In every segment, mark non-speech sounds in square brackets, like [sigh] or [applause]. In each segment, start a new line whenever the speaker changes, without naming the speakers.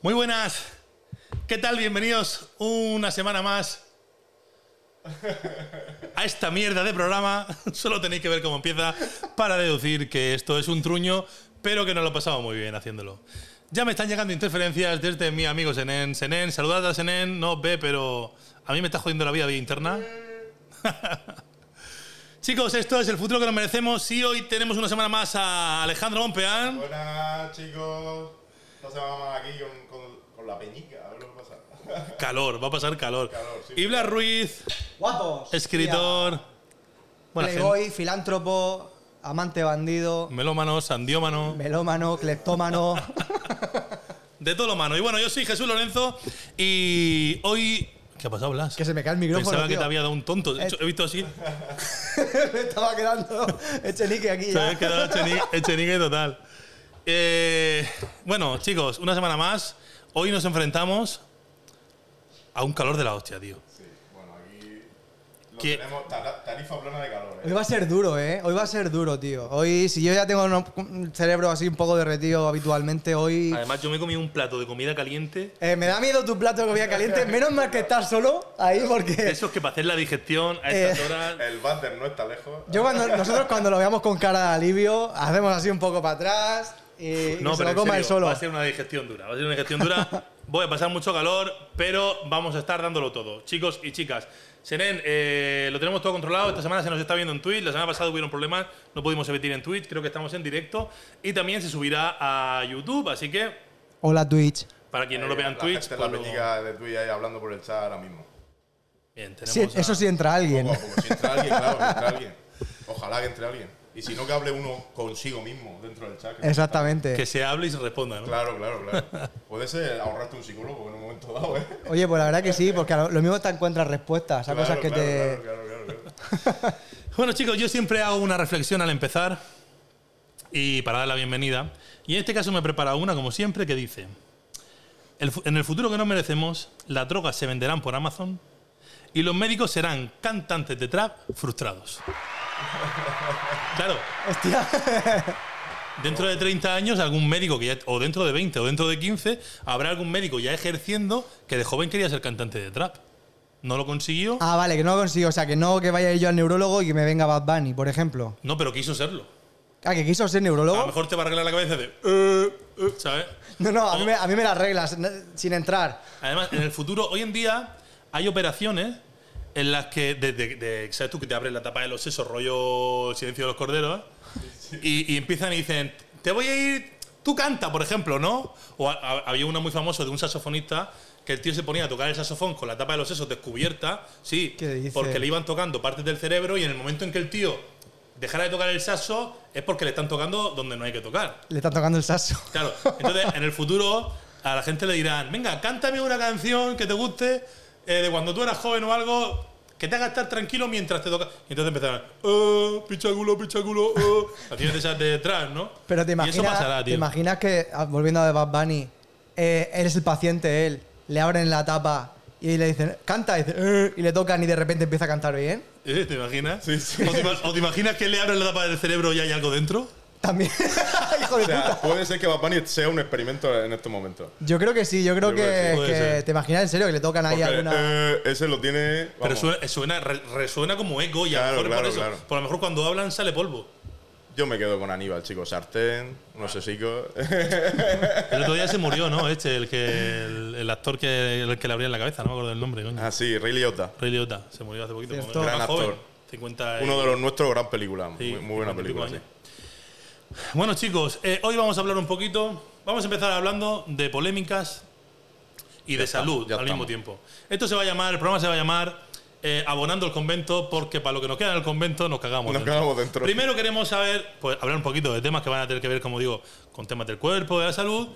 Muy buenas. ¿Qué tal? Bienvenidos una semana más a esta mierda de programa. [laughs] Solo tenéis que ver cómo empieza para deducir que esto es un truño, pero que nos lo pasamos muy bien haciéndolo. Ya me están llegando interferencias desde mi amigo Senen. Senen, saludad a Senen. No os ve, pero a mí me está jodiendo la vida vía interna. [laughs] Chicos, esto es el futuro que nos merecemos y hoy tenemos una semana más a Alejandro Monpeán.
Buenas chicos, esta semana más aquí con, con- con la peñica, a ver lo que pasa.
Calor, va a pasar calor.
Calor, sí.
Iblas Ruiz,
Guapos.
escritor, buena
Mira, Playboy, filántropo, amante bandido,
gente, melómano, sandiómano,
melómano,
[laughs]
cleptómano.
de todo lo mano. Y bueno, yo soy Jesús Lorenzo y hoy... ¿Qué ha pasado, Blas?
que se me cae el micrófono.
Pensaba que
tío.
te había dado un tonto. De hecho,
Eh.
He visto así.
[laughs] me estaba quedando echenique aquí.
Te habías
ya.
quedado cheni- echenique total. Eh, bueno, chicos, una semana más. Hoy nos enfrentamos a un calor de la hostia, tío.
[laughs] Sí, bueno, aquí lo
¿Qué?
tenemos, tara- tarifa plana de calor,
Hoy
¿eh?
va a ser duro, ¿eh? Hoy va a ser duro, tío. Hoy, si yo ya tengo uno- un cerebro así un poco derretido habitualmente, hoy...
Además, yo me comí un plato de comida caliente.
Eh, me da miedo tu plato de comida caliente. Menos mal que estás solo ahí
De
porque...
esos que para hacer la digestión a estas
Eh.
horas...
El váter no está lejos. [laughs]
Yo cuando, nosotros cuando lo veamos con cara de alivio, hacemos así un poco para atrás y, y
No,
se
pero
lo
en
coma
serio,
él solo.
va a ser una digestión dura. Va a ser una digestión
[laughs]
dura. Voy a pasar mucho calor, pero vamos a estar dándolo todo, chicos y chicas. Seren, eh, lo tenemos todo controlado. Esta semana se nos está viendo en Twitch. La semana pasada hubieron problemas, no pudimos emitir en Twitch. Creo que estamos en directo. Y también se subirá a YouTube. Así que,
Hola, Twitch.
para quien no lo vea en
la
Twitch,
Gente,
pues
la
lo-
peñica de Twitch ahí hablando por el chat ahora mismo.
Bien,
Sí,
tenemos a-
eso sí entra alguien.
Poco a poco, si entra alguien, claro, que
[laughs]
entra alguien. Ojalá que entre alguien. Y si no, que hable uno consigo mismo dentro del chat. que-
Exactamente.
Que se hable y se responda, ¿no?
Claro, claro, claro. Puede ser ahorrarte un psicólogo en un momento dado, ¿eh?
Oye, pues la verdad que sí, porque a lo lo mismo te encuentras respuestas a
Claro,
cosas que
claro,
te.
claro, claro, claro, claro.
Bueno, chicos, yo siempre hago una reflexión al empezar y para dar la bienvenida. Y en este caso me he preparado una, como siempre, que dice: "El fu- En el futuro que nos merecemos, las drogas se venderán por Amazon y los médicos serán cantantes de trap frustrados. Claro,
Hostia, [laughs]
dentro de 30 años, algún médico, que ya, o dentro de 20 o dentro de 15, habrá algún médico ya ejerciendo que de joven quería ser cantante de trap. No lo consiguió,
Ah, vale, que no lo consigo. O sea, que no que vaya yo al neurólogo y que me venga Bad Bunny, por ejemplo.
no, pero quiso serlo.
Ah, que quiso ser
A lo
neurólogo.
mejor te va a arreglar la cabeza de. "Eh, eh", ¿Sabes?
No, no, a mí, me- a mí me las reglas n- sin entrar.
Además, en el futuro, hoy en día, hay operaciones en las que, de, de- de- ¿sabes tú? Que te abres la tapa de los sesos, rollo silencio de los corderos, ¿eh? y, y empiezan y dicen, te voy a ir, tú canta, por ejemplo, ¿no? O a- a- había uno muy famoso de un saxofonista que el tío se ponía a tocar el saxofón con la tapa de los sesos descubierta, sí,
¿Qué dices?
porque le iban tocando partes del cerebro y en el momento en que el tío dejara de tocar el saxo es porque le están tocando donde no hay que tocar.
Le están tocando el saso.
Claro, entonces en el futuro a la gente le dirán, venga, cántame una canción que te guste eh, de cuando tú eras joven o algo que te haga estar tranquilo mientras te toca. Y entonces empezarán, oh, pichaculo, pichaculo, oh. Canciones de esas de detrás, ¿no?
[laughs] Pero te imaginas,
Y eso pasará,
te
tío.
imaginas que, ah, volviendo a Bad Bunny, eh, él es el paciente, él. Le abren la tapa y le dicen, canta, y, dice, "Eh", y le tocan y de repente empieza a cantar bien.
Eh, ¿Te imaginas?
Sí, sí.
¿O, te, ima- o te imaginas que le abren la tapa del cerebro y hay algo dentro?
También. [laughs] Hijo de
O sea,
puta.
puede ser que Bad Bunny sea un experimento en este estos momentos.
Yo creo que sí, yo creo
Yo
que,
creo
que sí. Puede
que
ser.
te imaginas en serio que le tocan ahí
[laughs]
Porque
alguna.
eh, ese lo tiene.
Pero
vamos.
suena, suena- re- resuena como eco y a lo
Claro,
mejor
claro,
por eso.
claro.
Por lo mejor cuando hablan sale polvo.
Yo me quedo con Aníbal, chicos. Sartén, no sé, [laughs] chicos.
El otro día se murió, ¿no? Este, el que el, el actor que, el que le abría la cabeza, no me acuerdo del nombre, coño.
ah, sí, Ray Liotta.
Ray Liotta, se murió hace poquito.
Cierto.
como
Gran
más
actor.
joven, 50 y-
Uno de los nuestros, gran película.
sí,
muy, muy buena
50 y pico
película, sí.
años. Bueno, chicos, eh, hoy vamos a hablar un poquito. Vamos a empezar hablando de polémicas y de
estamos,
salud
ya
al mismo
estamos.
tiempo. Esto se va a llamar, el programa se va a llamar eh, Abonando el convento, porque para lo que nos queda en el convento nos cagamos.
Nos
dentro.
quedamos dentro.
Primero queremos saber, pues hablar un poquito de temas que van a tener que ver, como digo, con temas del cuerpo, de la salud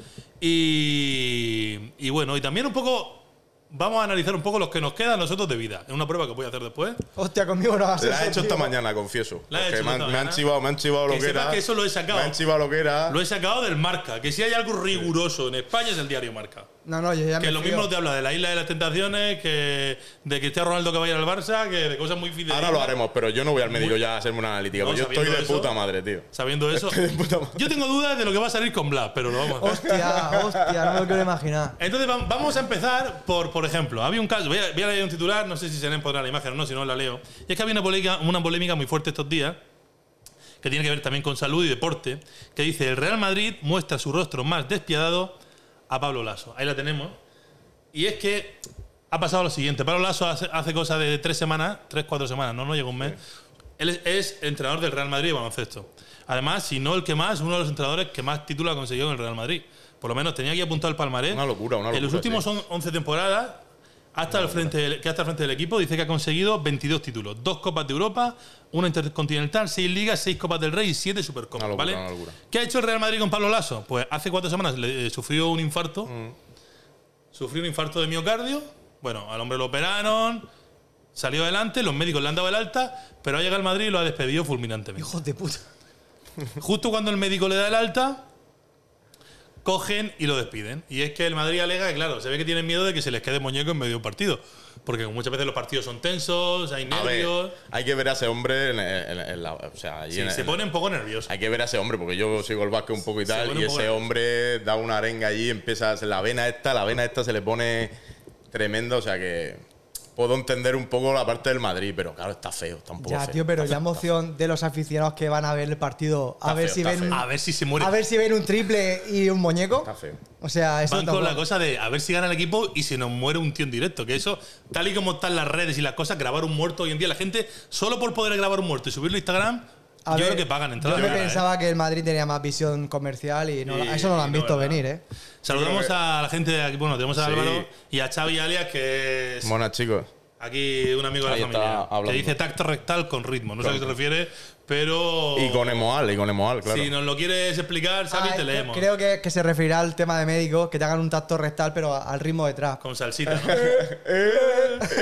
y, y bueno, y también un poco vamos a analizar un poco los que nos quedan a nosotros de vida. Es una prueba que voy a hacer después.
Hostia, conmigo no vas a
La he hecho esta mañana, confieso.
La he
Porque
hecho esta
me, han, me han
mañana.
chivado, me han chivado lo
Que
que
sepas
era.
que eso lo he sacado.
Me han chivado lo que era.
Lo he sacado del Marca, que si hay algo riguroso en España es el diario Marca.
No, no, yo ya
Que
me
lo
fío.
mismo te habla de la isla de las tentaciones, que de Cristiano Ronaldo que vaya al Barça, que de cosas muy fidedignas.
Ahora lo haremos, pero yo no voy al médico ya a hacerme una analítica.
No,
porque yo estoy
sabiendo
de
eso-
puta madre, tío.
Sabiendo eso,
Estoy de puta madre.
yo tengo dudas de lo que va a salir con Blas, pero lo vamos a hacer.
Hostia,
[laughs]
hostia, no me lo quiero
Oh.
imaginar.
Entonces vam- vamos a empezar por, por ejemplo, había un caso, voy a, voy a leer un titular, no sé si se le pondrá la imagen o no, si no la leo. Y es que había una polémica, una polémica muy fuerte estos días, que tiene que ver también con salud y deporte, que dice, el Real Madrid muestra su rostro más despiadado a Pablo Lasso. Ahí la tenemos. Y es que ha pasado lo siguiente, Pablo Lasso hace, hace cosa de tres semanas, tres, cuatro semanas, no, no llega un mes. Él es, es entrenador del Real Madrid de baloncesto. Además, si no el que más, uno de los entrenadores que más títulos ha conseguido en el Real Madrid. Por lo menos tenía aquí apuntado el palmarés.
Una locura, una
En los
locura,
últimos
tío.
son 11 temporadas, hasta el frente del- que hasta el frente del equipo dice que ha conseguido 22 títulos, dos Copas de Europa, una Intercontinental, seis Ligas, seis Copas del Rey y siete Supercopas.
Una locura,
¿vale?
una locura.
¿Qué ha hecho el Real Madrid con Pablo Lasso? Pues hace cuatro semanas le, eh, sufrió un infarto.
Mm.
Sufrió un infarto de miocardio. Bueno, al hombre lo operaron, salió adelante, los médicos le han dado el alta, pero ha llegado al Madrid y lo ha despedido fulminantemente.
Hijos de puta.
Justo cuando el médico le da el alta, cogen y lo despiden. Y es que el Madrid alega que, claro, se ve que tienen miedo de que se les quede muñeco en medio de un partido. Porque muchas veces los partidos son tensos, hay
A ver,
nervios.
hay que ver a ese hombre en, en- en la. O sea, allí
Sí,
en-
se
en-
pone un poco nervioso.
Hay que ver a ese hombre, porque yo sigo el básquet un poco y
Se
tal,
pone
y
un poco
ese
nervioso.
hombre da una arenga allí, empieza a hacer la vena esta, la vena esta se le pone tremenda, o sea que puedo entender un poco la parte del Madrid, pero claro, está feo, está un poco
Ya,
feo.
tío, pero
Está
la
feo,
emoción de los aficionados que van a ver el partido, a
Está
ver
feo,
si
está
ven
feo.
A ver si se muere.
a ver si ven un triple y un muñeco.
Está feo.
O sea, eso
Van
tampoco-
con la cosa de a ver si gana el equipo y se nos muere un tío en directo. Que eso, tal y como están las redes y las cosas, grabar un muerto hoy en día, la gente, solo por poder grabar un muerto y subirlo a Instagram,
A
yo
ver,
creo que pagan entradas.
Yo me
de verdad, ¿eh?
pensaba que el Madrid tenía más visión comercial y no la-
Y-
eso no lo han
y no,
visto
¿verdad?
venir, ¿eh?
Saludamos a la gente de aquí. Bueno, tenemos a
Sí.
Álvaro y a Xavi Alias, que es
Mona, chicos.
Aquí un amigo de la
Ahí está
familia
hablando.
que dice tacto rectal con ritmo. No sé a qué se refiere, pero.
Y con Emoal, y con Emoal, claro.
Si nos lo quieres explicar, Xavi, te
Ah, es que
leemos.
Creo que, que se referirá al tema de médicos, que te hagan un tacto rectal, pero a- al ritmo detrás.
Con salsita. ¿no?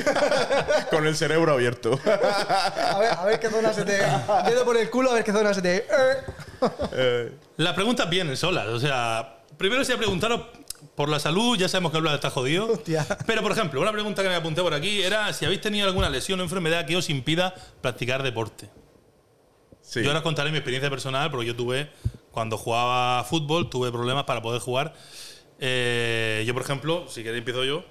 [laughs] con el cerebro abierto. [laughs]
A ver, a ver qué zona se te. Dedo por el culo, a ver qué zona se te. Eh.
Eh,
Las preguntas vienen solas. O sea, primero se preguntaros por la salud, ya sabemos que habla está jodido.
Hostia.
Pero, por ejemplo, una pregunta que me apunté por aquí era si habéis tenido alguna lesión o enfermedad que os impida practicar deporte.
Sí.
Yo ahora os contaré mi experiencia personal, porque yo tuve, cuando jugaba fútbol, tuve problemas para poder jugar. Eh, yo, por ejemplo, si queréis empiezo yo,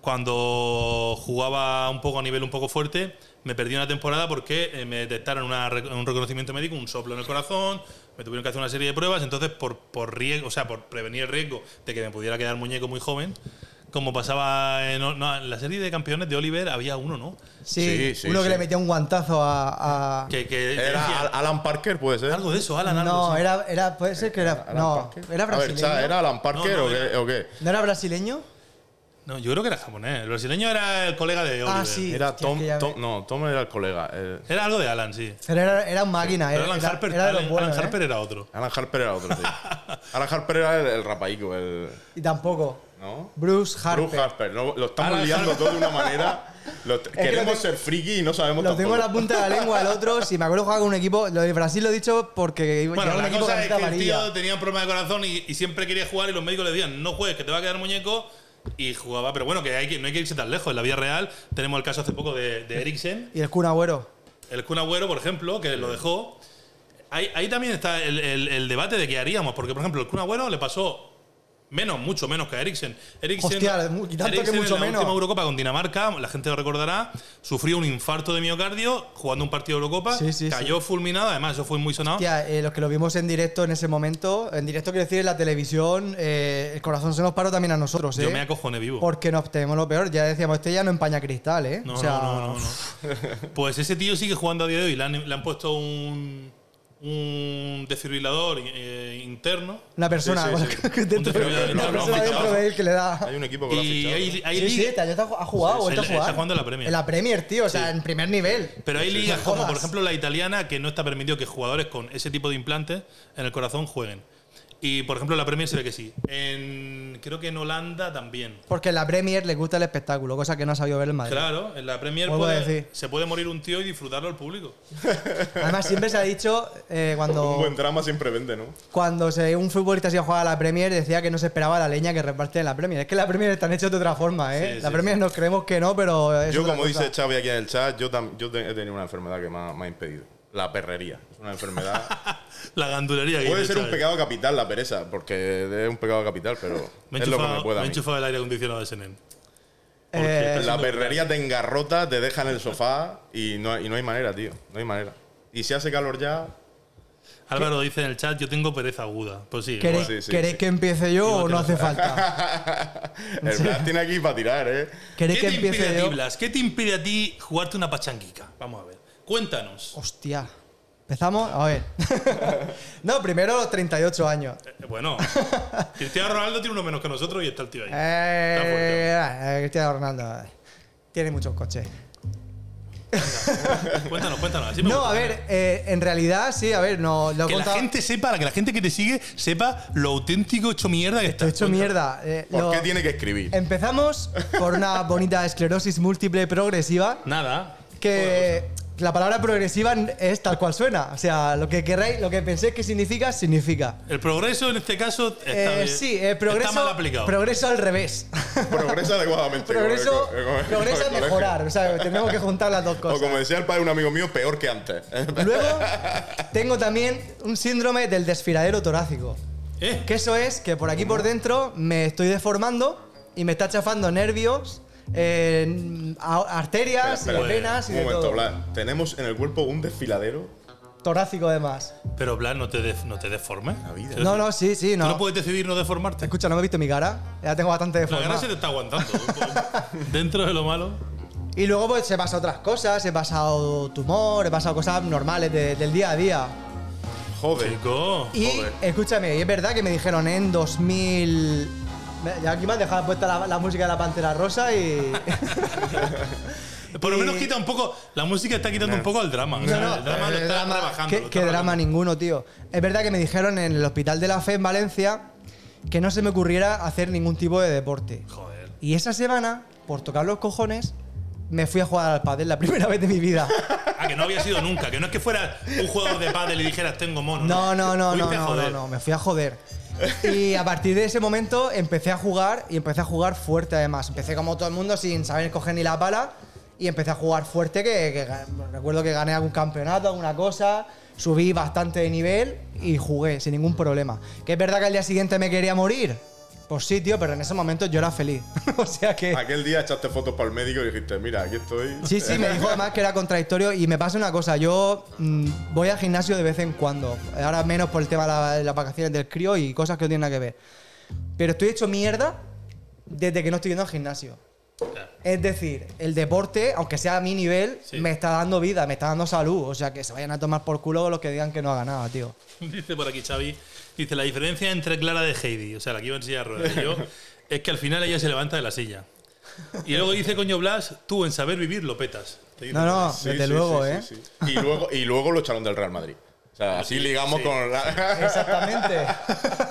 cuando jugaba un poco a nivel un poco fuerte, me perdí una temporada porque eh, me detectaron una re- un reconocimiento médico, un soplo en el corazón, me tuvieron que hacer una serie de pruebas, entonces por, por riesgo, o sea, por prevenir el riesgo de que me pudiera quedar muñeco muy joven, como pasaba en, no, en la serie de campeones de Oliver, había uno, ¿no?
Sí,
Sí, sí,
uno que
sí.
le metía un guantazo a. a-
Que, que
Era Al- Alan Parker, puede ser.
algo de eso, Alan. algo,
No,
sí.
era, era. Puede ser que era.
Alan
No,
Parker.
ah, era
A ver,
brasileño.
Cha, ¿era Alan Parker
No, no,
o, qué,
era-
o qué?
¿No era brasileño?
No, yo creo que era japonés. El brasileño era el colega de Oliver.
Ah, sí.
Era
hostia,
Tom,
que ya
Tom-
ve-
No, Tom era el colega. eh,
Era algo de Alan, sí.
Pero era, era un máquina.
Pero
Era,
Alan
era-
Harper,
era de los
Alan-
buenos,
Alan
¿eh?
Harper era otro.
Alan Harper
[laughs]
era otro, tío. Alan Harper era el, el rapaico, el.
Y tampoco.
¿No?
Bruce Harper.
Bruce Harper. No, lo estamos
Alan
liando
Harper.
todo de una manera.
[laughs]
Lo t-
que lo
queremos ser
tengo-
friki y no sabemos
Lo
tampoco.
tengo en la punta de la lengua el otro. Si me acuerdo jugar con un equipo. Lo de Brasil lo he dicho porque
Bueno,
llegaba un
la
equipo con
cosa es que
camiseta
el
amarilla.
tío tenía un problema de corazón y, y siempre quería jugar y los médicos le decían, no juegues, que te va a quedar muñeco. Y jugaba, pero bueno, que, hay que no hay que irse tan lejos. En la vida real tenemos el caso hace poco de, de Eriksen,
Y el Kun Agüero.
el Kun Agüero, por ejemplo, que lo dejó. Ahí, ahí también está el, el- el debate de qué haríamos, porque por ejemplo, el Kun Agüero le pasó menos, mucho menos que a Eriksen. Eriksen
Hostia, mu- y tanto que
Eriksen en
mucho
la
menos.
última Eurocopa con Dinamarca, la gente lo recordará, sufrió un infarto de miocardio jugando un partido de Eurocopa,
Sí, sí,
cayó fulminado, además eso fue muy sonado.
Hostia, eh, los que lo vimos en directo en ese momento. En directo quiero decir en la televisión. eh, el corazón se nos paró también a nosotros.
Yo
¿eh?
me acojoné vivo.
Porque nos tenemos lo peor. Ya decíamos, este ya no empaña cristal, ¿eh?
No,
O sea,
no, no, no, no. [laughs] Pues ese tío sigue jugando a día de hoy. Le han, le han puesto un, un desfibrilador eh, interno.
Una persona
Sí, sí, sí.
que [laughs] dentro,
Un desfibrilador.
una
No, no,
persona
no,
dentro de él que le da.
Hay un equipo que lo ha
Y
fichado.
hay, hay
Sí, sí,
ligas-
este año está- ha jugado, ha vuelto a
Sí, sí,
jugar.
está jugando en la Premier.
En la Premier, tío, o sea, en primer nivel.
pero hay
Sí,
ligas
no
como, por
jodas.
ejemplo, la italiana, que no está permitido que jugadores con ese tipo de implantes en el corazón jueguen. Y por ejemplo, en la Premier se ve que sí. En, creo que en Holanda también.
Porque en la Premier le gusta el espectáculo, cosa que no ha sabido ver el Madrid.
Claro, en la Premier
Vuelvo a
puede-
decir.
se puede morir un tío y disfrutarlo al público.
Además, siempre se ha dicho, eh,
[laughs]
Un buen
cuando,
drama siempre vende, ¿no?
cuando se- un futbolista se iba a jugar a la Premier, decía que no se esperaba la leña que reparte en la Premier. Es que la Premier están hechos de otra forma, ¿eh?
Sí,
la
sí,
Premier
sí.
nos creemos que no, pero. es
Yo,
otra
como
cosa.
dice Xavi aquí en el chat, yo, tam- yo te- he tenido una enfermedad que me ha, me ha impedido. La perrería. Es una
[laughs]
enfermedad.
La gandulería que
puede
dice
ser un
Xavi.
pecado capital la pereza, porque es un pecado capital, pero
Me he
es lo que
enchufado,
me puede
me
a
he
mí.
enchufado el aire acondicionado de SNN.
Eh,
La perrería te engarrota, te deja en el sofá y no, y no hay manera, tío. No hay manera. Y si hace calor ya,
Álvaro dice en el chat, yo tengo pereza aguda. Pues sí.
¿Queréis,
Sí, sí,
queréis
sí.
que empiece yo
Digo
o
que no.
no
[laughs]
hace falta? [laughs]
el Blas tiene aquí para tirar, ¿eh?
¿Qué
¿Queréis que
te impide
empiece
a ti,
yo?
Blas? ¿Qué te impide a ti jugarte una pachanguica? Vamos a ver. Cuéntanos.
Hostia. Empezamos, a ver. [laughs] no, primero los 38 años.
Eh,
[laughs]
Bueno, Cristiano Ronaldo tiene uno menos que nosotros y está el tío ahí. Está fuerte.
Eh, eh, Cristiano Ronaldo eh, tiene muchos coches.
Cuéntanos, cuéntanos. Así me
No,
gusta.
a ver, eh, en realidad sí, a ver, no lo he
Que la
contado-
gente sepa, que la gente que te sigue sepa lo auténtico hecho mierda que
Estoy
estás.
hecho
Cuéntanos.
mierda. eh,
¿Por
lo-
qué tiene que escribir?
Empezamos
[laughs]
por una bonita esclerosis múltiple progresiva.
Nada.
Que la palabra progresiva es tal cual suena. O sea, lo que queráis, lo que penséis que significa, significa.
El progreso en este caso está
Eh,
bien.
sí, eh, progreso,
Está mal aplicado.
progreso al revés. [laughs]
Progresa adecuadamente.
progreso
como- como-
progreso a
como-
mejorar. O sea, tenemos que juntar las dos
O
cosas.
como decía el padre de un amigo mío, peor que
[laughs]
antes.
Luego tengo también un síndrome del desfiladero torácico.
¿Eh?
Que eso es que por aquí por dentro me estoy deformando y me está chafando nervios, eh, a- arterias,
Espera, espera.
y venas y
Un
de
momento,
todo.
Blas. Tenemos en el cuerpo un desfiladero.
Torácico además.
Pero Blas, no te, def- no te deformes.
La vida.
Quiero decir,
No, no, sí, sí,
Tú
no.
no puedes decidir no deformarte.
Escucha, no me he visto mi cara. Ya tengo bastante
La
deformada.
cara se te está aguantando. ¿eh?
[laughs]
Dentro de lo malo.
Y luego pues he pasado otras cosas, he pasado tumor, he pasado cosas normales de- del día a día.
Joder.
Chico.
Y
Joder.
escúchame, y es verdad que me dijeron en 2000... Me- Ya aquí me han dejado puesta la, la música de la Pantera Rosa y... [laughs]
Por lo
y-
menos quita un poco. La música está quitando un poco el drama. o
No,
sea,
no,
el drama
eh,
lo está
drama-
rebajando.
¿Qué,
lo
qué
está
drama ninguno, tío. Es verdad que me dijeron en el Hospital de la Fe en Valencia que no se me ocurriera hacer ningún tipo de deporte.
rebajando. Joder.
Y esa semana, por tocar los cojones, me fui a jugar al pádel la [laughs] primera vez de mi vida.
Ah, que no había sido nunca. Que no es que fuera un jugador de pádel y dijeras tengo mono.
No, no, no, no,
Fuiste a
no, no,
joder.
no, me fui a joder. Y a partir de ese momento empecé a jugar y empecé a jugar fuerte además. Empecé como todo el mundo sin saber coger ni la pala y empecé a jugar fuerte que, que ga- recuerdo que gané algún campeonato, alguna cosa, subí bastante de nivel y jugué sin ningún problema. Que es verdad que al día siguiente me quería morir. Pues sí, tío, pero en ese momento yo era feliz. [laughs] o sea que...
Aquel día echaste fotos para el médico y dijiste, mira, aquí estoy.
Sí, sí, me dijo además que era contradictorio y me pasa una cosa, yo mm, voy al gimnasio de vez en cuando, ahora menos por el tema de, la- de las vacaciones del crío y cosas que no tienen nada que ver, pero estoy hecho mierda desde que no estoy yendo al gimnasio. Es decir, el deporte, aunque sea a mi nivel,
Sí.
me está dando vida, me está dando salud, o sea que se vayan a tomar por culo los que digan que no haga nada, tío.
[laughs] Dice por aquí Xavi, dice la diferencia entre Clara de Heidi, o sea, la que iba en silla de ruedas, y
[laughs]
yo, es que al final ella se levanta de la silla. Y luego dice Coño Blas, tú en saber vivir lo petas. Te dice,
No, no,
Sí,
desde
sí,
luego,
sí,
¿eh?
sí, sí. Y luego, y luego lo echaron del Real Madrid. O sea, así ligamos
sí,
con [laughs] la.
Exactamente.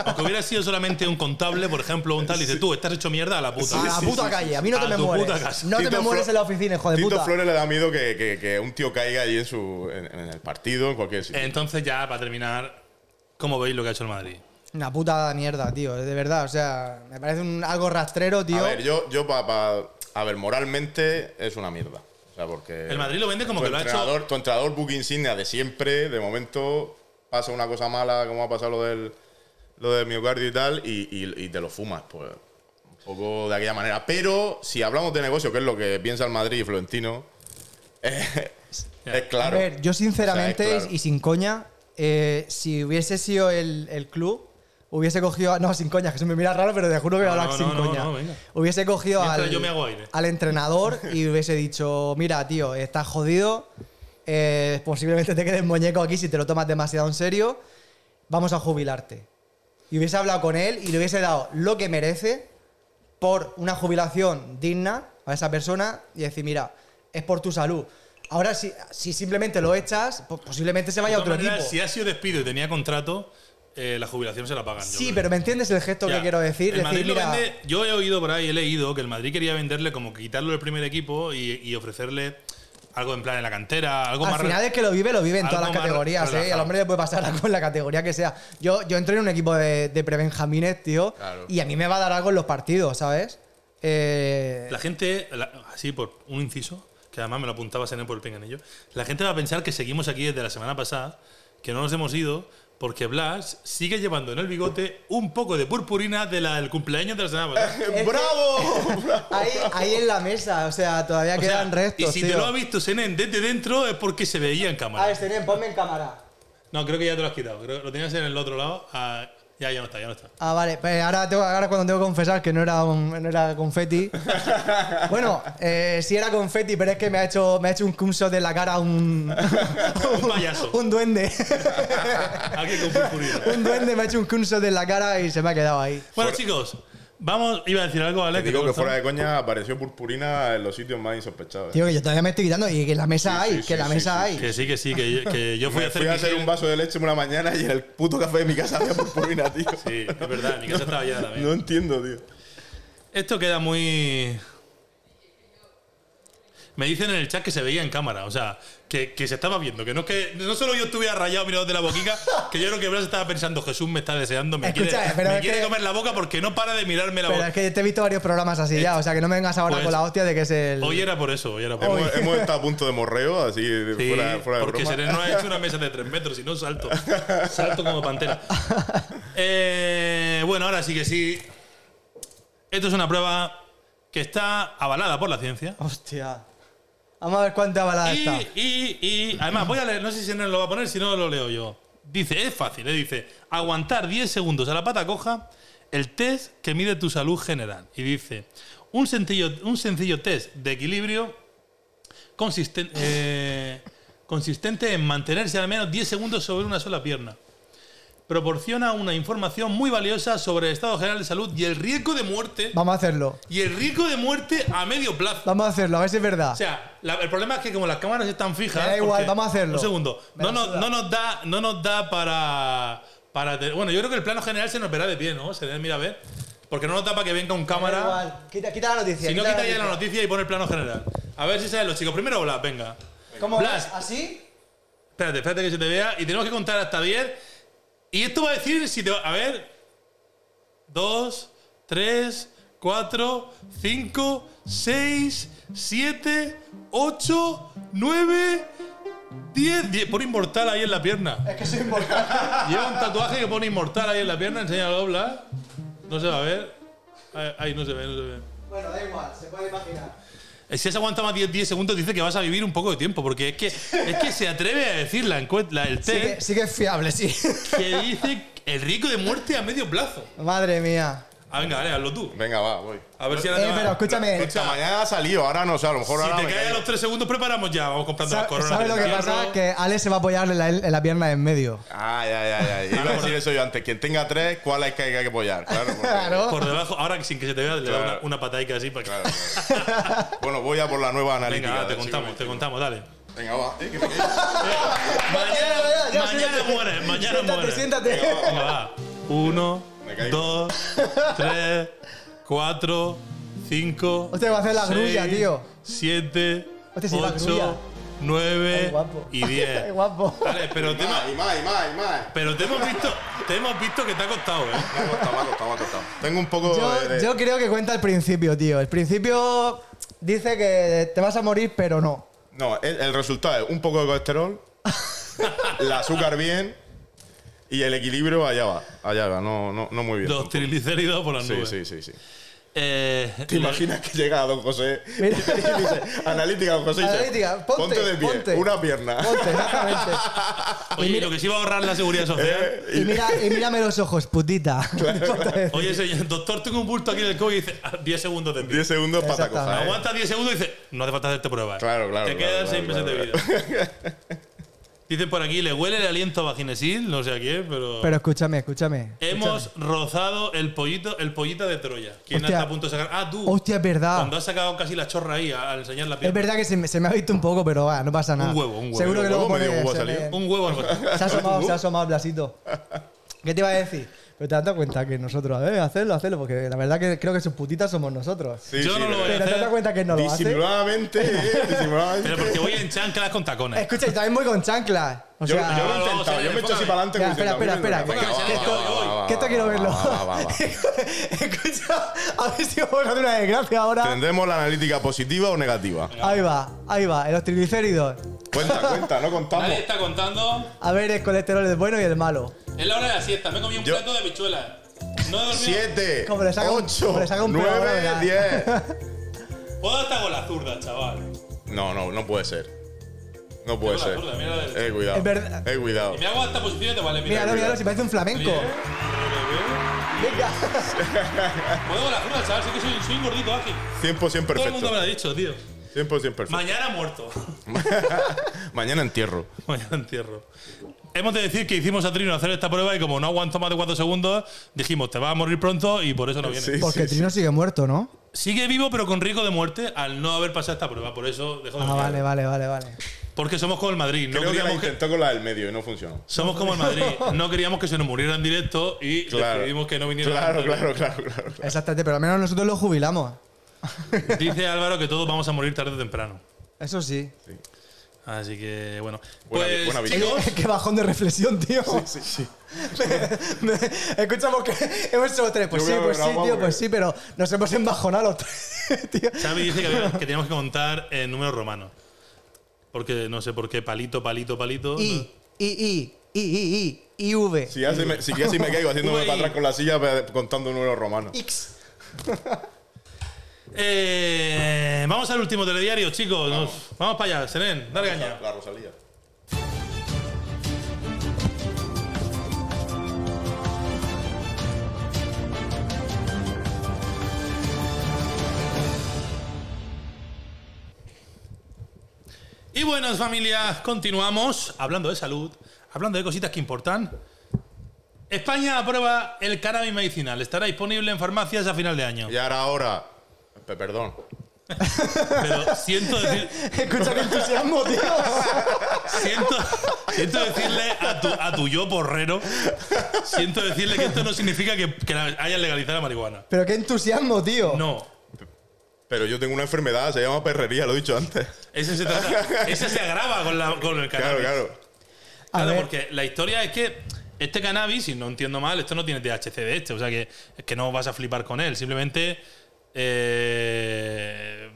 Aunque hubiera sido solamente un contable, por ejemplo, un tal, dice tú, estás hecho mierda a la puta.
a la
sí,
puta
sí,
calle, a mí no
A
te me
tu
mueres.
puta casa.
No te
Tito
me mueres
Flo-
en la oficina, hijo de
Tito
puta.
Flores le da miedo que, que- que un tío caiga allí en, su, en, en el partido, en cualquier sitio.
Entonces ya, para terminar, ¿cómo veis lo que ha hecho el Madrid?
Una puta mierda, tío, de verdad, o sea, me parece un, algo rastrero, tío.
A ver, yo, yo pa- pa- a ver, moralmente es una mierda. O sea, porque.
El Madrid lo vende como
tu
que lo ha hecho-
entrenador- Tu entrenador Book Insignia de siempre, de momento, pasa una cosa mala, como ha pasado lo del, lo del miocardio y tal, y, y- y te lo fumas, pues. Un poco de aquella manera. Pero si hablamos de negocio, que es lo que piensa el Madrid y Florentino, [laughs] es claro.
A ver, yo sinceramente
O sea, es claro.
y sin coña, eh, si hubiese sido el, el club, hubiese cogido. a- No, sin coña, que se me mira raro, pero te juro que voy a
No,
hablar
no,
sin
no, no,
coña.
no, venga.
hubiese cogido
Mientras
al,
yo me hago aire.
al entrenador y hubiese dicho: Mira, tío, estás jodido. eh, posiblemente te quedes muñeco aquí si te lo tomas demasiado en serio. Vamos a jubilarte. Y hubiese hablado con él y le hubiese dado lo que merece por una jubilación digna a esa persona y decir, mira, es por tu salud. Ahora, si, si simplemente lo echas, pues posiblemente se vaya a
De todas
otro equipo.
maneras, Si ha sido despido y tenía contrato, eh, la jubilación se la pagan. yo
Sí,
creo.
pero ¿me entiendes el gesto
Ya.
que quiero decir?
El
decir,
Madrid lo
mira,
vende- yo he oído por ahí, he leído que el Madrid quería venderle como que quitarlo del primer equipo y, y ofrecerle algo en plan en la cantera, algo
al
más. re-
final es que lo vive, lo vive en todas
algo
las
más
categorías, ¿eh? Y al
relajado.
hombre le puede pasar con la categoría que sea. Yo, yo entré en un equipo de, de prebenjamines, tío,
Claro.
y a mí me va a dar algo en los partidos, ¿sabes? Eh,
La gente, la- así por un inciso, que además me lo apuntaba Sené por el pinganillo, la gente va a pensar que seguimos aquí desde la semana pasada, que no nos hemos ido, porque Blas sigue llevando en el bigote un poco de purpurina de la del cumpleaños de la semana pasada.
[laughs]
que-
¡Bravo!
[laughs]
ahí, ahí en la mesa, o sea, todavía
O sea,
quedan restos,
y si te
tío.
lo ha visto Sené desde dentro es porque se veía en cámara.
Ah,
a ver, Senen, ponme en cámara.
No, creo que ya te lo has quitado. Creo, lo tenías en el otro lado. Ah, ya, ya no está, ya no está.
Ah, vale. Pues ahora, tengo, ahora cuando tengo que confesar que no era, un- no era [laughs] confeti. bueno, eh, sí era confeti, pero es que me ha hecho, me ha hecho un cumshot de la
[laughs]
cara un...
Un payaso.
un duende.
Alguien con purpurina.
un duende me ha hecho un cumshot en la cara y se me ha quedado ahí.
Bueno, chicos, vamos. Iba a decir algo, ¿vale?
Te digo
te
que
corto.
fuera de coña apareció purpurina en los sitios más insospechados. ¿eh?
Tío, que yo todavía me estoy quitando y que en la mesa
Sí, sí,
hay,
sí,
que en la
sí,
mesa
sí,
hay.
Que sí, que sí, que, que yo fui
Me
a hacer.
fui a
pipí.
hacer un vaso de leche una mañana y en el puto café de mi casa había purpurina, tío.
Sí, es verdad, mi casa estaba llena también.
No entiendo, tío.
Esto queda muy. Me dicen en el chat que se veía en cámara, o sea, que, que se estaba viendo, que no es que no solo yo estuviera rayado mirando de la boquica, que yo creo que Blas estaba pensando, Jesús me está deseando, me
Escucha,
quiere,
pero
me
es
quiere
que-
comer la boca porque no para de mirarme la
Pero
boca.
es que te he visto varios programas así ya, o sea que no me vengas ahora
Pues,
con la hostia de que es el.
Hoy era por eso, hoy era por eso.
Hemos, hemos estado a punto de morreo, así
Sí,
fuera, fuera de
porque
broma.
Sereno ha hecho una mesa de tres metros y no salto. Salto como
[laughs]
pantera. Eh, bueno, ahora sí que sí. Esto es una prueba que está avalada por la ciencia.
Hostia. Vamos a ver cuánta avalada
Y,
está.
y, y además, voy a leer, no sé si no lo va a poner, si no lo leo yo. Dice, es fácil, eh, dice, aguantar 10 segundos a la pata coja el test que mide tu salud general. Y dice, un sencillo, un sencillo test de equilibrio consisten- eh, consistente en mantenerse al menos 10 segundos sobre una sola pierna. Proporciona una información muy valiosa sobre el estado general de salud y el riesgo de muerte.
Vamos a hacerlo.
Y el riesgo de muerte a medio plazo.
Vamos a hacerlo, a ver si es verdad.
O sea, la- el problema es que como las cámaras están fijas.
Me da igual,
porque-
vamos a hacerlo.
Un segundo.
Me
No
la
nos,
suda.
no nos da, no nos da para. para te- bueno, yo creo que el plano general se nos verá de pie, ¿no? Se le mira a ver. Porque no nos da para que venga un
Me da
cámara.
igual. Quita, quita la noticia.
Si no, quita ya la
noticia.
noticia y pone el plano general. A ver si salen los chicos. Primero, Blas, venga.
¿Cómo
Blas,
es? ¿Así?
espérate, espérate que se te vea. Y tenemos que contar hasta 10. Y esto va a decir si te va. A ver. 2, 3, 4, 5, 6, 7, 8, 9, 10. 10. Pone inmortal ahí en la pierna.
Es que soy inmortal.
Lleva un tatuaje que pone inmortal ahí en la pierna. Enséñalo, Blas. No se va a ver. Ay, Ay, no se ve, no se ve.
[laughs] bueno, da igual, se puede imaginar.
Eh, Si has aguantado más 10, 10 segundos, dice que vas a vivir un poco de tiempo, porque es que, es que se atreve a decir la encue- la- el
Sí,
test
que, sí que es fiable, sí. [laughs]
que dice el riesgo de muerte a medio plazo.
Madre mía.
Ah, venga, vale, hazlo tú.
Venga, va, voy.
A ver si
Eh,
ahora te va-
pero escúchame,
Esta mañana ha salido, ahora no sé, a lo mejor ahora
Si
me
te caes a
caigo.
los 3 segundos, preparamos ya. Vamos comprando las
¿sabes
coronas.
sabes lo que
del
pasa?
hierro.
Que Ale se va a apoyar en la, en la pierna de en medio.
[laughs]
Ah, ya, ya, ya. Iba a decir eso yo antes. Quien tenga tres, ¿cuál es que hay que apoyar? Claro. porque-
[laughs] Claro.
Por debajo, ahora que sin que se te vea, le da una,
Claro.
una patadica así para que.
Claro, claro. Bueno, voy a por la nueva
[laughs]
analítica.
Venga, va, te
del siglo
contamos, te
XXI.
contamos, dale.
Venga, va. Eh, que me quedo.
Mañana,
ya, ya,
mañana
siéntate.
mueres, mañana
Siéntate,
mueres.
siéntate.
Venga, va. Uno,
Me caigo.
[laughs]
dos, tres, cuatro, cinco.
Hostia, va a hacer la grulla, tío.
Siete,
Hostia, sí, la grulla.
ocho,
Ay,
nueve
guapo.
y
[laughs] Ay,
diez. [laughs]
guapo.
Vale, pero te, hemos-
Y más, y más, y más.
pero te hemos visto, te hemos visto que te ha costado, ¿eh?
Me ha costado, me ha costado, me ha costado. Tengo un poco de-
Yo,
de...
yo creo que cuenta el principio, tío. El principio dice que te vas a morir, pero no.
No, el, el resultado es un poco de
[laughs]
colesterol, el azúcar bien y el equilibrio allá va. Allá va, no, no, no muy bien.
Los triglicéridos por las
Sí,
nubes.
sí, sí, sí.
Eh,
¿Te imaginas que llega don José
[laughs]
[laughs]
Mira.
y dice, analítica, don José, y dice,
Analítica, ponte,
de pie,
ponte.
una pierna. [laughs]
Ponte, exactamente.
Oye, lo que sí va a ahorrar la seguridad social.
Eh,
Y, mira, y mírame los ojos, putita.
[laughs]
Oye, señor, doctor, tengo un bulto aquí en el codo y dice ah, 10 segundos
[laughs]
de pie.
10 segundos para
Exactamente.
cojar.
Aguanta 10 segundos y dice, no hace falta hacerte pruebas.
Eh. Claro, claro,
Te
claro,
quedan
claro,
6 meses
claro,
de
[laughs]
vida. Dicen por aquí, le huele el aliento a vaginesil, no sé a quién, pero.
Pero escúchame, escúchame.
Hemos rozado el pollito, el pollita de Troya. ¿Quién
Hostia.
está a punto de sacar? Ah, tú.
Hostia, es verdad.
Cuando has sacado casi la chorra ahí a- al enseñar la
Es
pierna.
verdad que se me, se me ha visto un poco, pero va, no pasa nada.
huevo, un huevo.
Seguro que
Un
luego
huevo, medio
pone-
huevo ha
se me-
salido.
Un huevo. algo así.
[laughs]
Se ha asomado, se ha asomado Blasito. ¿Qué te iba a decir? Pero te has dado cuenta que nosotros, eh, hacerlo, hacerlo, porque la verdad que creo que sus putitas somos nosotros.
Sí,
Yo
sí,
no lo
pero-
voy a
Pero te has dado
hacer.
cuenta que no lo hace.
Disimuladamente, eh,
[laughs]
disimuladamente.
Pero porque voy en chanclas con tacones.
Escucha, y también voy con chanclas. O
Yo,
sea,
no,
yo lo he
no,
intentado,
sí,
yo me he hecho así
enfócame.
para adelante.
Espera,
como diciendo,
espera, espera,
"Venga,
espera,
va,
que
va,
esto-
va, va, va,
que esto
va,
quiero
va,
verlo.
va,
[laughs]
va, va.
escucha, a ver si vamos a hacer una desgracia ahora.
¿Tendremos la analítica positiva o negativa?
Ahí va, ahí va, en los triglicéridos.
Cuenta, cuenta, no contamos.
Nadie está contando.
A ver el colesterol es bueno y el malo.
Es la hora de la siesta. Me comí un
Yo-
plato de bichuela. No he dormido.
7,
Como le saca un- como le saca
8,
un pedo ahora,
9,
verás.
10.
Puedo hasta con la zurda, chaval.
No, no, no puede ser. No puede
Mira la
ser.
zurda, mira la derecha.
Eh, cuidado.
Es verdad.
Eh, cuidado.
Y me hago hasta posiciones de vale, mira.
Míralo, míralo, si parece un flamenco. Venga.
Puedo con la zurda, chaval. Sí que soy, soy un gordito ágil.
100%
Todo el mundo me
perfecto.
lo ha dicho, tío.
100% perfecto.
Mañana muerto. [laughs]
[laughs] Mañana entierro.
Mañana entierro. Hemos de decir que hicimos a Trino hacer esta prueba y como no aguantó más de cuatro segundos, dijimos, te vas a morir pronto y por eso no vienes.
Sí,
[laughs] Porque
sí, sí.
Trino sigue muerto, ¿no?
Sigue vivo pero con riesgo de muerte al no haber pasado esta prueba. Por eso dejó de
Ah,
venir.
vale, vale, vale, vale.
Porque somos como el Madrid. No
Creo que la
queríamos que,
intentó con la del medio y no funcionó.
somos como el
[laughs]
Madrid. No queríamos que se nos muriera en directo y
Claro.
decidimos que no viniera.
Claro, claro, claro, claro.
Exactamente, pero al menos nosotros lo jubilamos.
[laughs] Dice Álvaro que todos vamos a morir tarde o temprano.
Eso sí.
Así que, bueno.
Buena vi-
pues,
buena visión.
chicos,
[laughs]
[laughs]
Qué bajón de reflexión, tío. Sí, sí, [laughs] sí. Escuchamos que [laughs] hemos hecho los tres. Pues
Yo voy
sí,
a
pues
beber
sí,
agua
tío,
porque-
pues sí, pero nos hemos embajonado los tres, [laughs] tío.
Xavi dice que, había- que teníamos que contar en números romanos. Porque no sé por qué, palito, palito, palito.
I, I, I, I, I, I, I, V.
Si ya, se me, si ya se me caigo haciéndome
Uy.
para atrás con la silla pe- contando un número romano.
X. [laughs]
Eh, vamos al último telediario, chicos. Nos- Vamos, para allá, Seren, dale caña.
La Rosalía.
Y buenas familias, continuamos hablando de salud, hablando de cositas que importan. España aprueba el cannabis medicinal. Estará disponible en farmacias a final de año.
Y ahora, ahora. pe- Perdón.
Pero siento, decir-
Escucha qué entusiasmo, tío.
siento, siento decirle a tu, a tu yo porrero, siento decirle que esto no significa que, que la- hayan legalizado la marihuana.
Pero qué entusiasmo, tío.
No,
Pero yo tengo una enfermedad, se llama perrería, lo he dicho
[laughs]
antes.
Ese se, trata- ese se agrava con, la- con el
Claro,
cannabis.
claro.
A
Claro,
ver,
porque la historia es que este cannabis, si no entiendo mal, esto no tiene THC de este, o sea que, que no vas a flipar con él, simplemente. Eh,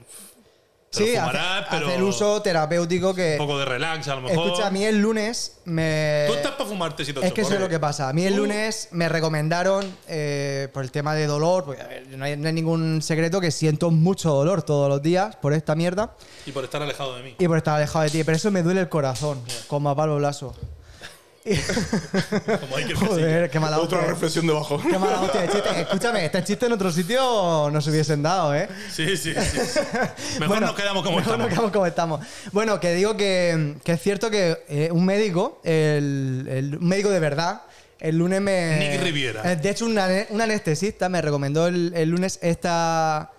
te lo
sí, hace,
fumarás, pero
hace el uso terapéutico
Un
que.
poco de relax, a lo mejor.
Escucha, a mí el lunes me.
Tú estás para fumarte si te
Es que eso es lo que pasa. A mí el
Tú-
lunes me recomendaron, eh, por el tema de dolor, porque a ver, no, hay, no hay ningún secreto que siento mucho dolor todos los días por esta mierda
Y por estar alejado de mí.
[laughs] y por estar alejado de ti. Pero eso me duele el corazón, como a Pablo Blaso. [laughs] Y-
Como hay que
Joder, qué mala
Otra
hostia. eh.
reflexión debajo.
Qué mala hostia de chiste. Escúchame, este chiste en otro sitio nos hubiesen dado, ¿eh?
Sí, sí, sí.
[laughs]
sí. Mejor
Bueno,
nos quedamos como
mejor
estamos.
nos quedamos como estamos. Bueno, que digo que, que es cierto que eh, un médico, el, el- un médico de verdad, el lunes me.
Nick Riviera.
Eh, De hecho, un ane- un anestesista me recomendó el, el lunes esta.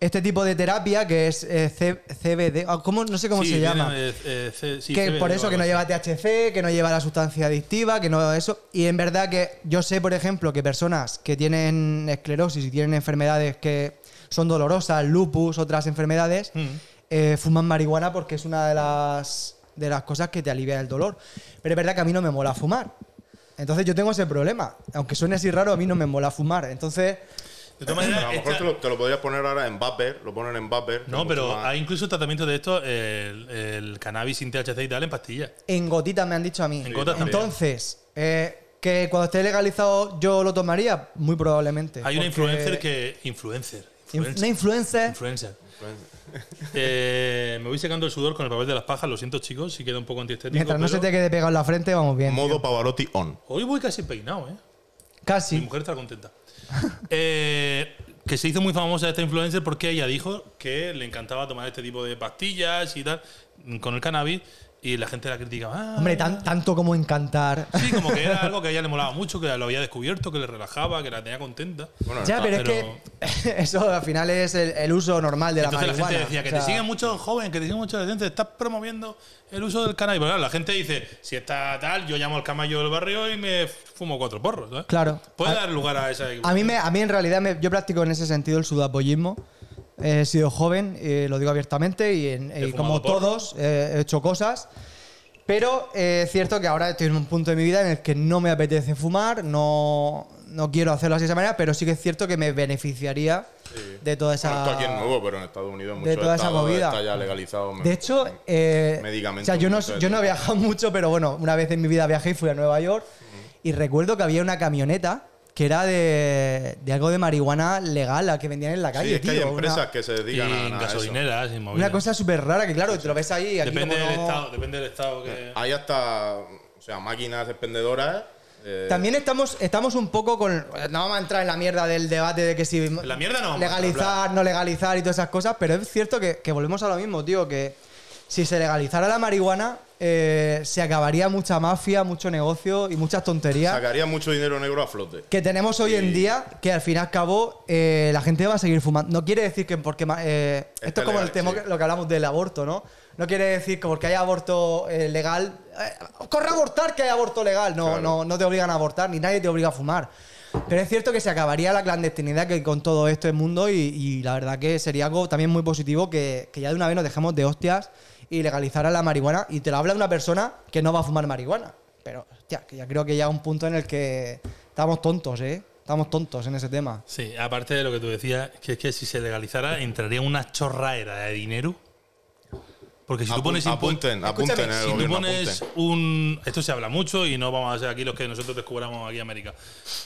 Este tipo de terapia que es eh, C- CBD, ah, ¿cómo? no sé cómo
Sí,
se
tiene,
llama.
eh, eh, C- sí,
que
CBD
por
o
eso que
algo
no
así.
lleva THC, que no lleva la sustancia adictiva, que no eso. Y en verdad que yo sé, por ejemplo, que personas que tienen esclerosis y tienen enfermedades que son dolorosas, lupus, otras enfermedades,
Mm.
eh, fuman marihuana porque es una de las, de las cosas que te alivia el dolor. Pero es verdad que a mí no me mola fumar. Entonces yo tengo ese problema. Aunque suene así raro, a mí no me mola fumar. Entonces,
De todas
A
maneras, [laughs]
lo mejor
esta-
te lo, te lo podrías poner ahora en vapor, lo ponen en vapor.
No, pero hay incluso tratamientos de esto, el, el cannabis sin THC y tal, en pastillas.
en gotitas me han dicho a mí.
En gotas también.
Entonces, eh, que cuando esté legalizado yo lo tomaría, muy probablemente.
Hay una
porque-
influencer que. Influencer.
Inf-
Influencer.
Una influencer.
influencer. Eh, me voy secando el sudor con el papel de las pajas, lo siento, chicos, si queda un poco antiestético.
Mientras no se
pero-
te quede pegado en la frente, vamos bien. tío.
Modo Pavarotti on.
Hoy voy casi peinado, ¿eh? Mi
Casi.
mujer está contenta. [laughs] Eh, que se hizo muy famosa esta influencer porque ella dijo que le encantaba tomar este tipo de pastillas y tal, con el cannabis, Y la gente la criticaba. "Ah,
Hombre, tan- tanto como encantar.
Sí, como que era algo que a ella le molaba mucho, que lo había descubierto, que le relajaba, que la tenía contenta.
Bueno,
ya,
está-
pero,
pero-
es que [laughs] eso al final es el, el uso normal de la
Entonces la
marihuana.
gente decía que
o sea,
te siguen muchos jóvenes, que te siguen muchos adolescentes, estás promoviendo el uso del cannabis. Pero claro, la gente dice, si está tal, yo llamo al camayo del barrio y me fumo cuatro porros. ¿sabes?
Claro.
Puede
A-
dar lugar a esa.
A mí, me, a mí en realidad me- yo practico en ese sentido el sudapollismo. He sido joven, eh, lo digo abiertamente, y, en-
He
y como
fumado porro.
todos eh, he hecho cosas. Pero eh, es cierto que ahora estoy en un punto de mi vida en el que no me apetece fumar, no, no quiero hacerlo así de esa manera, pero sí que es cierto que me beneficiaría de toda esa...
Bueno, esto aquí es nuevo, pero en Estados Unidos
de
muchos
toda esa
estados
movida.
está ya legalizado.
De hecho, eh,
Medicamentos,
o sea, yo no,
no sé,
yo no he
tío.
viajado mucho, pero bueno, una vez en mi vida viajé y fui a Nueva York y recuerdo que había una camioneta que era de, de algo de marihuana legal, la que vendían en la calle,
sí, es que
tío.
hay
una-
empresas que se
Y
dedican a-
en
a eso.
gasolineras, sin
una,
movidas.
cosa súper rara que, claro, te lo ves ahí. Aquí
Depende
como
del
no-
estado, depende del estado que.
Hay hasta o sea, máquinas expendedoras. eh,
También estamos, estamos un poco con. No vamos a entrar en la mierda del debate de que si.
La mierda no,
Legalizar, no legalizar y todas esas cosas, pero es cierto que, que volvemos a lo mismo, tío, que si se legalizara la marihuana, eh, se acabaría mucha mafia, mucho negocio y muchas tonterías
sacaría mucho dinero negro a flote.
que tenemos hoy en día, que al fin y al cabo eh, la gente va a seguir fumando. No quiere decir que porque... ma- eh,
Está
esto es como el
legal,
tema,
sí.
que- lo que hablamos del aborto, ¿no? No quiere decir que porque haya aborto eh, legal... eh, ¡Corre a abortar que haya aborto legal! No,
Claro.
no, no te obligan a abortar, ni nadie te obliga a fumar. Pero es cierto que se acabaría la clandestinidad que hay con todo este mundo y, y la verdad que sería algo también muy positivo que, que ya de una vez nos dejemos de hostias y legalizara la marihuana. Y te lo habla una persona que no va a fumar marihuana. Pero, hostia, que ya creo que ya un punto en el que estamos tontos, ¿eh? Estamos tontos en ese tema.
Sí, aparte de lo que tú decías, que es que si se legalizara entraría una chorraera de dinero. Porque si tú
Apu-
pones impuestos.
apunten, apunten en el
Si tú
gobierno,
pones
apunten.
un. Esto se habla mucho y no vamos a ser aquí los que nosotros descubramos aquí en América.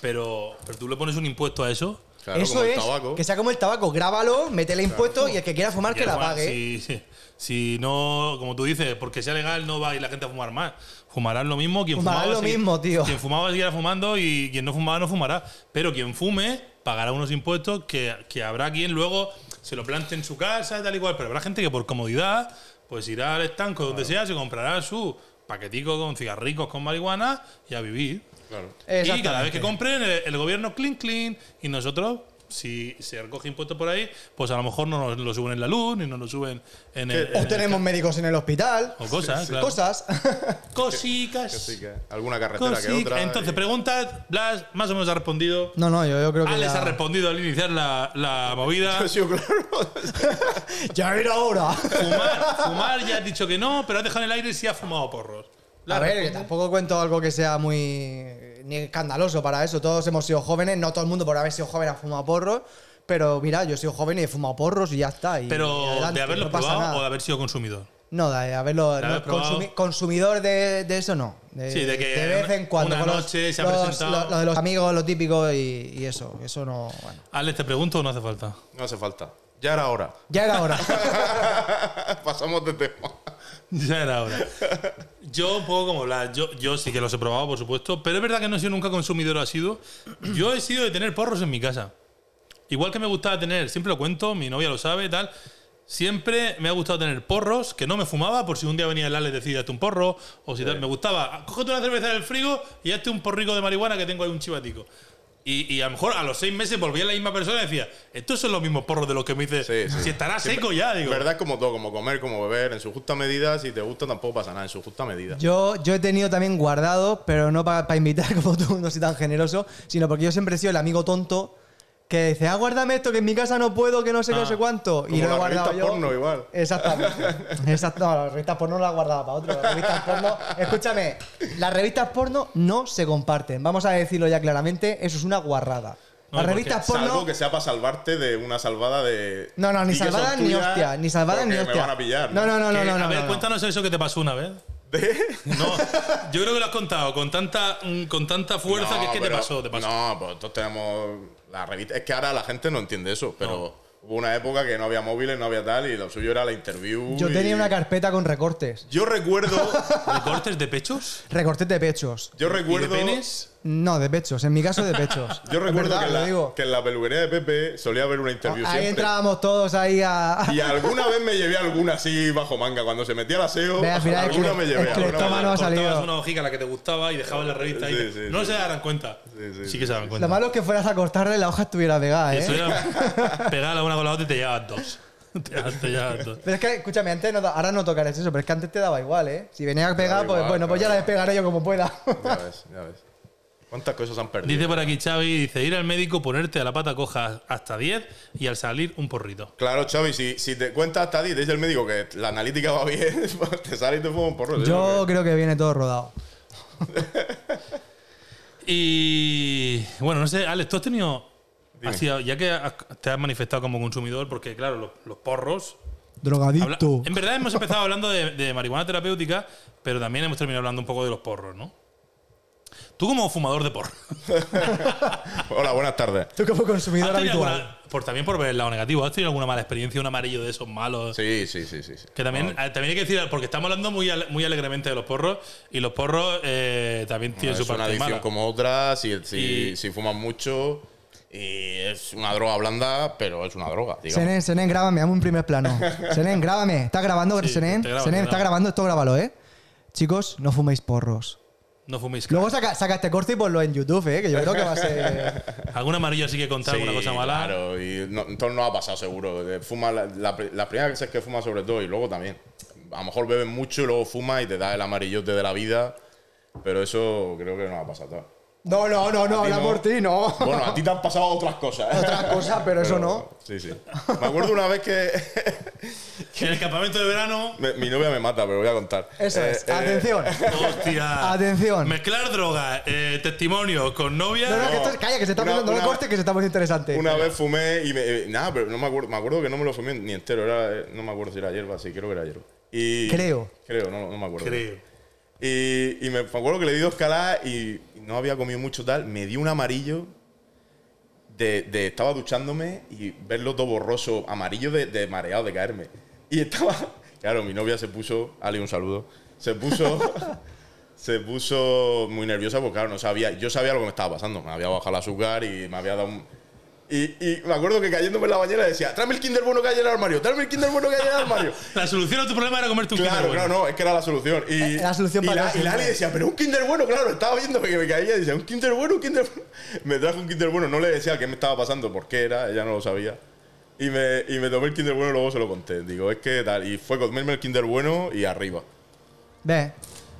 Pero, pero tú le pones un impuesto a eso.
Claro,
Eso
como el
es,
tabaco.
que sea como el tabaco, grábalo, métele impuestos y el que quiera fumar
y
que la
además,
pague.
Si, si- si no, como tú dices, porque sea legal no va a ir la gente a fumar más. Fumarán lo mismo. Quien
Fumarán
fumaba
lo
seguir-
mismo, tío.
Quien fumaba seguirá fumando y quien no fumaba no fumará. Pero quien fume pagará unos impuestos que, que habrá quien luego se lo plante en su casa y tal y cual. Pero habrá gente que por comodidad pues irá al estanco donde sea, se comprará su paquetico con cigarricos, con marihuana y a vivir.
Claro.
Y cada vez
Exactamente.
que compren, el, el gobierno clean, clean. Y nosotros, si se recoge impuestos por ahí, pues a lo mejor no nos lo suben en la luz, ni nos lo suben en el. en
O
el-
tenemos médicos en el hospital.
o cosas, claro.
Cosas. [laughs]
Cosicas.
Que sí, que alguna carretera que
cosic-
otra. eh.
Entonces,
y-
preguntas, Blas más o menos ha respondido.
no, no, yo, yo creo que.
Alex
ya-
Ah, ha respondido al iniciar la, la movida.
[laughs] Sí, claro. [laughs]
[laughs] ya era hora.
Fumar, fumar, ya has dicho que no, pero has dejado en el aire si ha fumado porros. La
A ver, que
responde.
tampoco cuento algo que sea muy ni escandaloso para eso. Todos hemos sido jóvenes, no todo el mundo por haber sido joven ha fumado porros, pero mira, yo he sido joven y he fumado porros y ya está. y
pero
adelante,
de haberlo
no pasa
probado
nada.
o de haber sido consumidor.
No, de haberlo.
de
no,
haber probado.
consumi- consumidor de, de eso no. De,
Sí, de que
vez en cuando.
una
con los-
noche se ha
los,
presentado.
Lo, lo de los amigos, lo típico y, y eso. Eso no. Bueno.
Alex, ¿te pregunto o no hace falta?
No hace falta. Ya era hora. [laughs]
Ya era
[laughs]
hora.
Pasamos de tema.
Ya era hora. Yo un poco como Blas, yo, yo sí que los he probado, por supuesto, pero es verdad que no he sido nunca consumidor asiduo. Yo he sido de tener porros en mi casa. Igual que me gustaba tener, siempre lo cuento, mi novia lo sabe, tal. Siempre me ha gustado tener porros que no me fumaba por si un día venía el Ale y decía, hazte un porro, o si tal. Me gustaba, "Ah, cógete una cerveza del frigo y hazte un porrico de marihuana que tengo ahí un chivatico. Y, y a lo mejor a los seis meses volvía la misma persona y decía, estos son los mismos porros de los que me dices,
Sí, sí.
si estará
Siempre-
seco ya,
En
digo.
verdad es como todo, como comer, como beber, en su justa medida. Si te gusta, tampoco pasa nada, en su justa medida.
Yo, yo he tenido también guardado, pero no para invitar, [laughs] como tú no soy tan generoso, sino porque yo siempre he sido el amigo tonto que dice, ah, guárdame esto, que en mi casa no puedo, que no sé qué, no
Ah,
sé cuánto.
como
y lo he
las
guardado
revistas
yo.
porno, igual. [laughs]
Exactamente. Exacto. No, las revistas porno las guardaba para otro. Las revistas porno. Escúchame, las revistas porno no se comparten. Vamos a decirlo ya claramente, eso es una guarrada.
No,
Las
porque
revistas porno.
Salvo que sea para salvarte de una salvada de.
No, no, ni
"Di que son
salvada ni
tuyas
hostia. Ni salvada
porque
ni hostia.
Me van a pillar.
No,
[laughs]
no, no, no,
Que,
no.
a
no,
ver,
no.
cuéntanos eso que te pasó una vez. No, yo creo que lo has contado con tanta, mm, con tanta fuerza
No,
que es que te
pero-
pasó, te pasó.
No, pues entonces tenemos la revista. Es que ahora la gente no entiende eso, pero hubo una época que no había móviles, no había tal, y lo suyo era la interview.
Yo
y-
tenía una carpeta con recortes. [laughs]
Yo recuerdo.
¿Recortes de pechos?
[laughs]
Recortes de pechos.
Yo
¿Y de
recuerdo.
penes?
No, de pechos. En mi caso, de pechos.
[laughs] Yo
Es
recuerdo
verdad,
que, en
lo
la,
digo. Ah,
que en la peluquería de Pepe solía haber una interview
Ahí
siempre.
entrábamos todos ahí a.
Y alguna vez me llevé alguna así bajo manga. Cuando se metía al aseo,
Ve, al final el
alguna
cle-
me llevé.
el
alguna me
cleptómano
llevé.
ha
Cortabas
salido.
una hojica a la que te gustaba y dejabas la revista ahí.
Sí, sí,
no
sí.
se darán cuenta.
Sí,
Sí,
sí, sí.
que se darán cuenta.
Lo malo es que fueras a cortarle la hoja estuviera pegada, ¿eh?
Eso era pegar la una con la otra y te llevabas dos. [laughs] Te, te llevabas dos.
Pero es que, escúchame, antes no, da- ahora no tocarás eso, pero es que antes te daba igual, ¿eh? Si venía pegada,
daba
pues
igual,
bueno, pues
claro.
ya la despegaré yo como pueda.
Ya ves, ya ves. ¿Cuántas cosas han perdido?
Dice por aquí Xavi, dice ir al médico, ponerte a la pata coja hasta 10 y al salir un porrito.
Claro, Xavi, si, si te cuentas hasta 10 y te dice el médico que la analítica va bien, [laughs] te sale y te fuma un porro. ¿sí?
[laughs] yo creo que viene todo rodado.
Y bueno, no sé, Alex, tú has tenido...
Dime.
así, ya que has- te has manifestado como consumidor, porque claro, los, los porros... habla-
Drogadicto.
en verdad hemos empezado hablando de, de marihuana terapéutica, pero también hemos terminado hablando un poco de los porros, ¿no? Tú como fumador de porro.
Hola, buenas tardes.
Tú como
¿Has
consumidor
tenido
habitual.
alguna- por, también por ver el lado negativo, ¿has tenido alguna mala experiencia, un amarillo de esos malos?
Sí, sí, sí, sí. sí.
Que también,
Bueno,
eh, también hay que decir, porque estamos hablando muy, ale- muy alegremente de los porros, y los porros eh, también tienen
es
su
una
parte
adicción
mala.
como otra, si, si,
Y-
si fumas mucho. Y es una droga blanda, pero es una droga. Digamos.
Senen, Senen, grábame, hazme un
[laughs]
primer plano. Senen, grábame. ¿Estás grabando,
Sí,
Senen?
te grabo,
Senen,
te
¿estás
grabo.
grabando? Esto grábalo, ¿eh? Chicos, no fuméis porros.
No fuméis.
Luego saca, saca este corte y ponlo en YouTube, ¿eh? Que yo creo que va a ser...
¿Algún amarillo sí que contar alguna
Sí,
cosa mala?
Claro, y no, entonces no ha pasado seguro. Eh, Fuma la, la, pri- la primera vez que fuma sobre todo y luego también. A lo mejor bebes mucho y luego fuma y te da el amarillote de la vida, pero eso creo que no ha pasado. todavía.
No, no, no, no,
A ti
habla
no.
por ti, no. [laughs]
Bueno, a ti te han pasado otras cosas. ¿eh?
Otras cosas, pero eso no.
Sí, sí. Me acuerdo una vez que [laughs]
En el campamento de verano.
me- mi novia me mata, pero voy a contar.
Eso
Eh,
es.
eh,
Atención.
Hostia.
Atención.
Mezclar drogas, eh, testimonio con novia.
No, no,
[laughs]
que
no.
esto es- calla, que se está
Una-
poniendo. No lo
una-
cortes, que se está poniendo interesante.
Una vez fumé y me, eh, nada, pero no me acuerdo, me acuerdo que no me lo fumé ni entero, era, eh, no me acuerdo si era hierba, sí, creo que era hierba. Y
Creo.
Creo, no, no me acuerdo.
Creo.
Y, y me acuerdo que le di dos caladas y no había comido mucho tal. Me di un amarillo. De, de- estaba duchándome y verlo todo borroso, amarillo de, de mareado, de caerme. Y estaba. [laughs] Claro, mi novia se puso. Ale, un saludo. Se puso. [laughs] se puso muy nerviosa porque, claro, no sabía. Yo sabía lo que me estaba pasando. Me había bajado el azúcar y me había dado un. Y, y me acuerdo que cayéndome en la bañera decía: tráeme el Kinder Bueno que hay en el armario, tráeme el Kinder Bueno que hay en el armario.
La solución a tu problema era comerte un
Claro,
Kinder
claro,
Bueno.
no, es que era la solución. Y,
Eh, la solución
y
para
la-
todo
y la Ali
siempre.
decía, pero un Kinder bueno, claro, estaba viendo que me caía y decía, un Kinder bueno, un Kinder bueno. [laughs] Me trajo un Kinder bueno, no le decía qué me estaba pasando, por qué era, ella no lo sabía. Y me, y me tomé el Kinder bueno y luego se lo conté. Digo, es que tal. Y fue comerme el Kinder bueno y arriba.
Ve.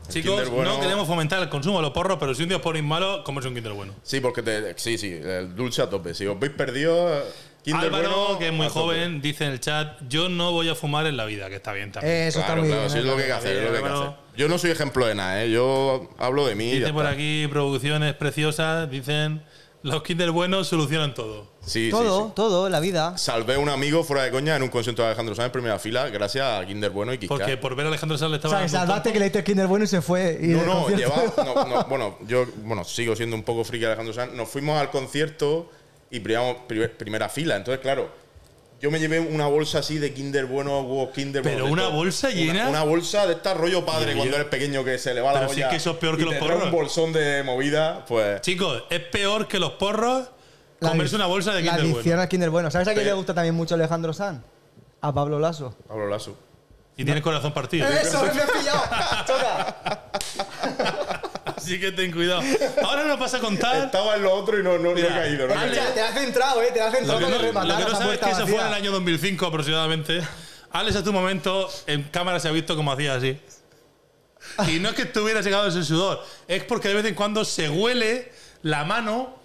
Chicos,
Kinder Bueno-
no queremos fomentar el consumo de los porros, pero si un día os ponéis malo, comerse un Kinder Bueno.
Sí, porque te, sí, sí, el dulce a tope. Si os veis perdido, Kinder
Álvaro,
bueno.
que es muy
a tope.
joven, dice en el chat: Yo no voy a fumar en la vida, que está bien también.
Eh, eso está
Claro,
muy
claro,
bien.
sí es
¿eh?
lo que hay que hacer, es lo que hay que
Álvaro.
hacer. Yo no soy ejemplo de nada, ¿eh? yo hablo de mí. y ya
Dice por
está.
aquí producciones preciosas, dicen los Kinder buenos solucionan todo.
Sí, sí, sí.
Todo, todo, la vida.
Salvé a un amigo fuera de coña en un concierto de Alejandro Sanz en primera fila, gracias a Kinder Bueno y Kiska.
Porque por ver a Alejandro Sanz le
O
estaba
sea,
dando un
salvaste que le diste Kinder bueno y se fue. Y
no,
del
no,
concierto-
llevaba. no,
[laughs]
no, bueno, yo bueno, sigo siendo un poco friki de Alejandro Sanz. Nos fuimos al concierto y privamos primera fila. Entonces, claro, yo me llevé una bolsa así de Kinder Bueno, huevos Kinder
Pero
Bueno. de
una
todo.
bolsa
Una-
llena.
Una, bolsa de este rollo padre
Mira,
cuando
yo-
eres pequeño que se le va la
Pero
olla.
si es que eso es peor
y
que
te
los
trae
porros.
un bolsón de movida, pues.
Chicos, es peor que los porros
La
comerse
adic-
una bolsa de
La
Kinder
adicción
bueno.
al Kinder bueno. ¿Sabes a quién
Pe-
le gusta también mucho Alejandro San? A Pablo Lasso.
Pablo Lasso.
Y tiene el corazón partido.
¡Eso! ¡Me he pillado!
[laughs]
Chota.
Así que ten cuidado. Ahora nos vas a contar.
Estaba en lo otro y no, no, no he
Mira,
caído. No he
Ale-
caído.
Te has centrado, ¿eh? Te has
Lo
centrado
que
para
no, lo
rematar
que no
esa
sabes es
puerta
que eso
vacía.
fue en el año 2005 aproximadamente. Alex, a tu momento, en cámara se ha visto como hacía así. Y no es que estuviera llegado ese sudor, es porque de vez en cuando se huele la mano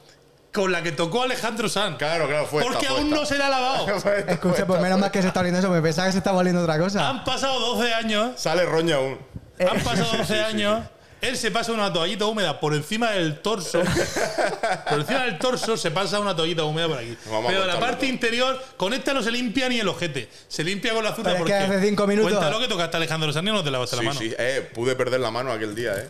con la que tocó Alejandro Sanz.
Claro, claro, fue esta,
Porque
fue
aún
esta.
no se la ha
[laughs]
lavado.
Fue esta, fue
Escucha, pues menos mal que se está oliendo eso. Me pensaba que se estaba oliendo otra cosa. Eh,
Han pasado 12 años.
Sale roña aún.
Han pasado 12 años. Él se pasa una toallita húmeda por encima del
[laughs]
torso. por encima del torso se pasa una toallita húmeda por aquí.
Vamos a
Pero la
contarlo
parte
todo.
interior, con esta no se limpia ni el ojete. Se limpia con la azúcar
Pero es
porque.
que hace cinco minutos.
Cuéntalo que tocaste a Alejandro Sanz y no te lavaste
Sí,
la mano.
sí, eh, pude perder la mano aquel día, eh.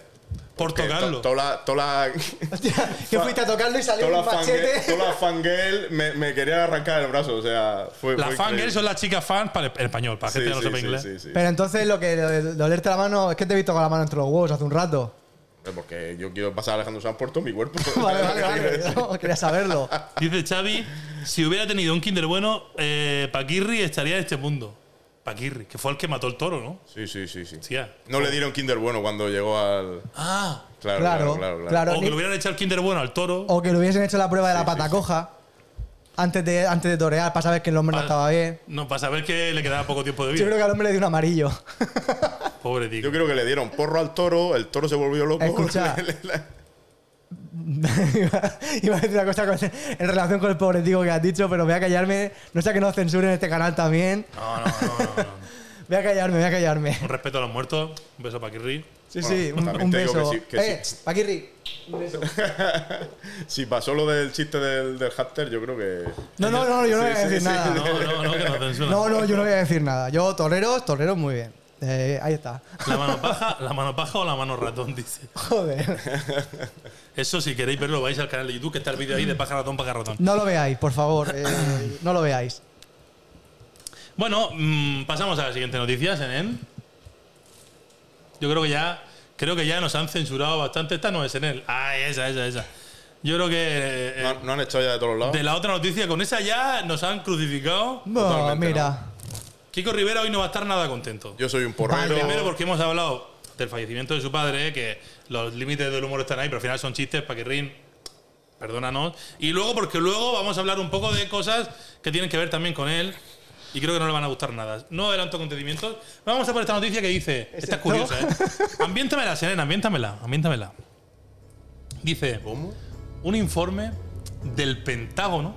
Por
Que to-
tocarlo.
Toda la, toda la, [laughs]
Hostia, que fuiste a tocarlo y salió
toda la
un
fangirl,
[laughs] machete.
toda la fangirl me, me quería arrancar el brazo, o sea, fue.
Las
fue
fangirls
increíble.
son las chicas fans para el español, para la
Sí,
gente que este no
sí,
sepa
sí,
inglés.
sí, sí. [laughs]
Pero entonces lo que lo de- de olerte la mano es que te he visto con la mano entre los huevos hace un rato.
Porque yo quiero pasar a Alejandro Sanz por todo mi cuerpo.
[laughs] Vale, vale, [laughs] vale. No, quería saberlo.
Dice Xavi, si hubiera tenido un Kinder bueno, eh, Paquirri estaría en este mundo. Paquirri, que fue el que mató el toro, ¿no?
[laughs] Sí, sí, sí, sí.
Hostia.
No le dieron Kinder bueno cuando llegó al.
Ah,
Claro,
Claro,
claro, claro. claro.
claro.
o que
ni-
le hubieran echado el Kinder bueno al toro.
O que le hubiesen hecho la prueba de la patacoja antes, de, antes de torear para saber que el hombre
Para-
no estaba bien.
No, para saber que le quedaba poco tiempo de vida.
Yo creo que al hombre le dio un amarillo. [laughs]
Pobre tío.
Yo creo que le dieron porro al toro, el toro se volvió loco. [laughs]
Escucha. iba, iba a decir una cosa con- en relación con el pobre tío que has dicho, pero voy a callarme. No sea que nos censuren este canal también.
No, no, no, no, no.
[laughs] Voy a callarme, voy a callarme.
Un respeto a los muertos. Un beso a Paquirri.
Sí,
Bueno,
sí, un,
también
un
te digo que
beso.
sí, que
eh,
sí.
Paquirri, un beso.
si pasó lo del chiste del, del hámster, yo creo que.
No, no, no, yo
Sí,
Ah, no voy a
sí,
decir
sí.
nada.
No, no, no, que nos censuran.
No, no, yo no voy a decir nada. Yo, toreros, toreros, muy bien. Eh, ahí está.
La mano paja, la mano paja o la mano ratón, dice.
Joder.
Eso, si queréis verlo, vais al canal de YouTube, que está el vídeo ahí de paja ratón, paja ratón.
No lo veáis, por favor. eh, no lo veáis.
Bueno, mm, pasamos a la siguiente noticia, Senen. Yo creo que ya creo que ya nos han censurado bastante. Esta no es Senen. Ah, esa, esa, esa. Yo creo que eh,
No,
eh,
han- no han echado ya de todos lados.
de la otra noticia, con esa ya nos han crucificado.
No,
Totalmente
mira.
Kiko Rivera hoy no va a estar nada contento.
Yo soy un porrero.
Primero porque hemos hablado del fallecimiento de su padre, que los límites del humor están ahí, pero al final son chistes para que rin. Perdónanos. Y luego porque luego vamos a hablar un poco de cosas que tienen que ver también con él. Y creo que no le van a gustar nada. No adelanto acontecimientos. Vamos a por esta noticia que dice. Esta es curiosa, ¿eh? Ambiéntamela, Serena, ambiéntamela, ambiéntamela. Dice
¿Cómo?
un informe del Pentágono,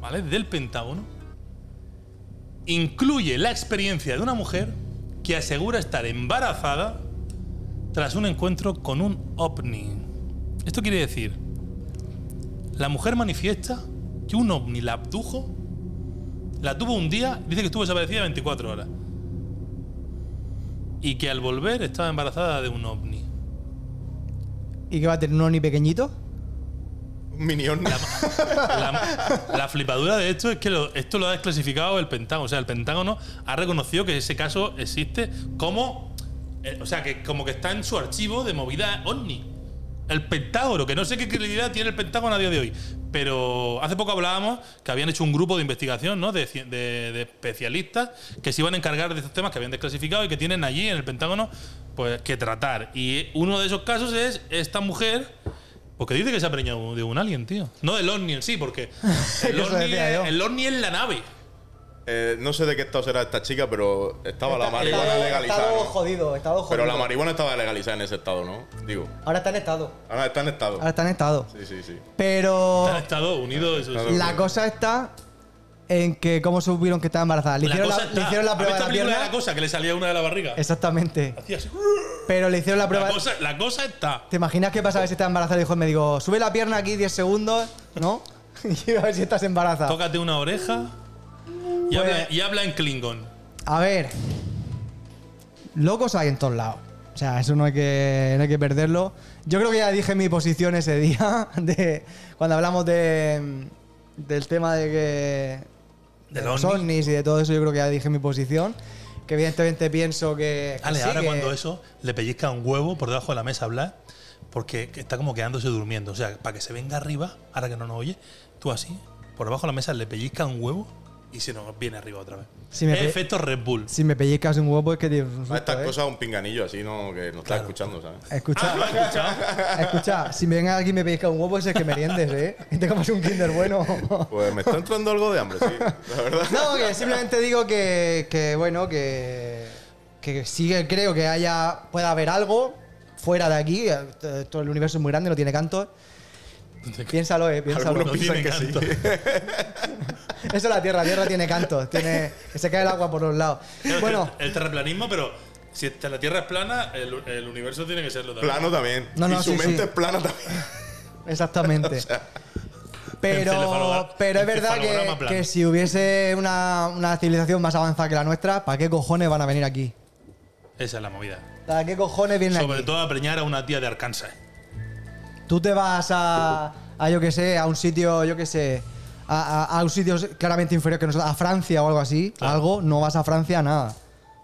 ¿vale? Del Pentágono, incluye la experiencia de una mujer que asegura estar embarazada tras un encuentro con un ovni. Esto quiere decir, la mujer manifiesta que un ovni la abdujo, la tuvo un día, dice que estuvo desaparecida 24 horas, y que al volver estaba embarazada de un ovni.
¿Y qué va a tener un oni pequeñito?
Un minion.
La, la flipadura de esto es que lo- esto lo ha desclasificado el Pentágono. O sea, el Pentágono ha reconocido que ese caso existe como. eh, o sea, que como que está en su archivo de movida ovni. El Pentágono, que no sé qué credibilidad tiene el Pentágono a día de hoy. Pero hace poco hablábamos que habían hecho un grupo de investigación, ¿no? De, cien- de- de especialistas que se iban a encargar de estos temas que habían desclasificado y que tienen allí en el Pentágono pues que tratar. Y uno de esos casos es esta mujer porque dice que se ha preñado de un alien, tío. No del ovni en sí, porque el,
[laughs] Eso
ovni
decía yo. Oh.
es, el ovni es la nave.
[laughs] Eh, no sé de qué estado será esta chica, pero estaba la marihuana legalizada.
Estado
¿no?
jodido, estado jodido.
Pero la marihuana estaba legalizada en ese estado, ¿no? Digo.
Ahora está en estado.
Ahora está en estado.
Ahora está en estado.
Sí, sí, sí.
Pero
Está en Estados Unidos. eso sí.
Claro.
la cosa está en que cómo supieron que estaba embarazada. Le hicieron la,
cosa está-
le hicieron la
¿Has
prueba de
visto
la
película
pierna.
de la cosa que le salía una de la barriga.
Exactamente.
Hacía así.
Pero le hicieron la prueba.
La cosa, la cosa está.
¿Te imaginas qué pasaba si estaba embarazada? Le dijo, me digo, sube la pierna aquí 10 segundos, ¿no? [laughs] y a ver si estás embarazada.
Tócate una oreja y,
Pues-
habla, y habla en Klingon.
A ver, locos hay en todos lados. O sea, eso no hay, que, no hay que perderlo. Yo creo que ya dije mi posición ese día, [laughs] de, cuando hablamos de, del tema de que.
Del
los
ovni.
ovnis y de todo eso, yo creo que ya dije mi posición. Que evidentemente pienso que. que
Ale,
sí,
ahora
que-
cuando eso le pellizca un huevo por debajo de la mesa a hablar, porque está como quedándose durmiendo. O sea, para que se venga arriba, ahora que no nos oye, tú así, por debajo de la mesa le pellizca un huevo y se nos viene arriba otra vez.
Si me pe-
Efecto Red Bull.
Si me pellizcas un huevo es que te. ¿eh?
A Ah, estas cosas un pinganillo así, ¿no? Que nos está escuchando, ¿sabes?
Escucha,
Ah, ¿Lo has escuchado?
[laughs] escucha, si me venga aquí y me pellizcas un huevo, ese es que meriendes, ¿eh? Y te comas un Kinder bueno.
Pues me está entrando algo de hambre, sí. La
[laughs]
verdad.
No, que simplemente digo que, que, bueno, que, que sí que creo que haya, pueda haber algo fuera de aquí. eh, Todo el universo es muy grande, no tiene cantos. Piénsalo, eh, piénsalo.
No tiene canto.
Eso es la Tierra, la Tierra tiene cantos, tiene, que se cae el agua por los lados.
Claro, es
Bueno,
que [laughs] El terraplanismo, pero si esta- la Tierra es plana, el, el universo tiene que serlo también.
Plano también.
No, no,
y su
sí,
mente
sí.
es plana también.
[laughs]
exactamente. Pero,
encefalogra-
pero es verdad
encefalograma
que,
plano.
que si hubiese una, una civilización más avanzada que la nuestra, ¿para qué cojones van a venir aquí?
Esa es la movida.
¿Para qué cojones vienen
Sobre
aquí?
todo a preñar a una tía de Arkansas.
Tú te vas a, a, yo que sé, a un sitio, yo que sé, a, a- a un sitio claramente inferior que nosotros, a Francia o algo así,
Claro.
algo, no vas a Francia a nada.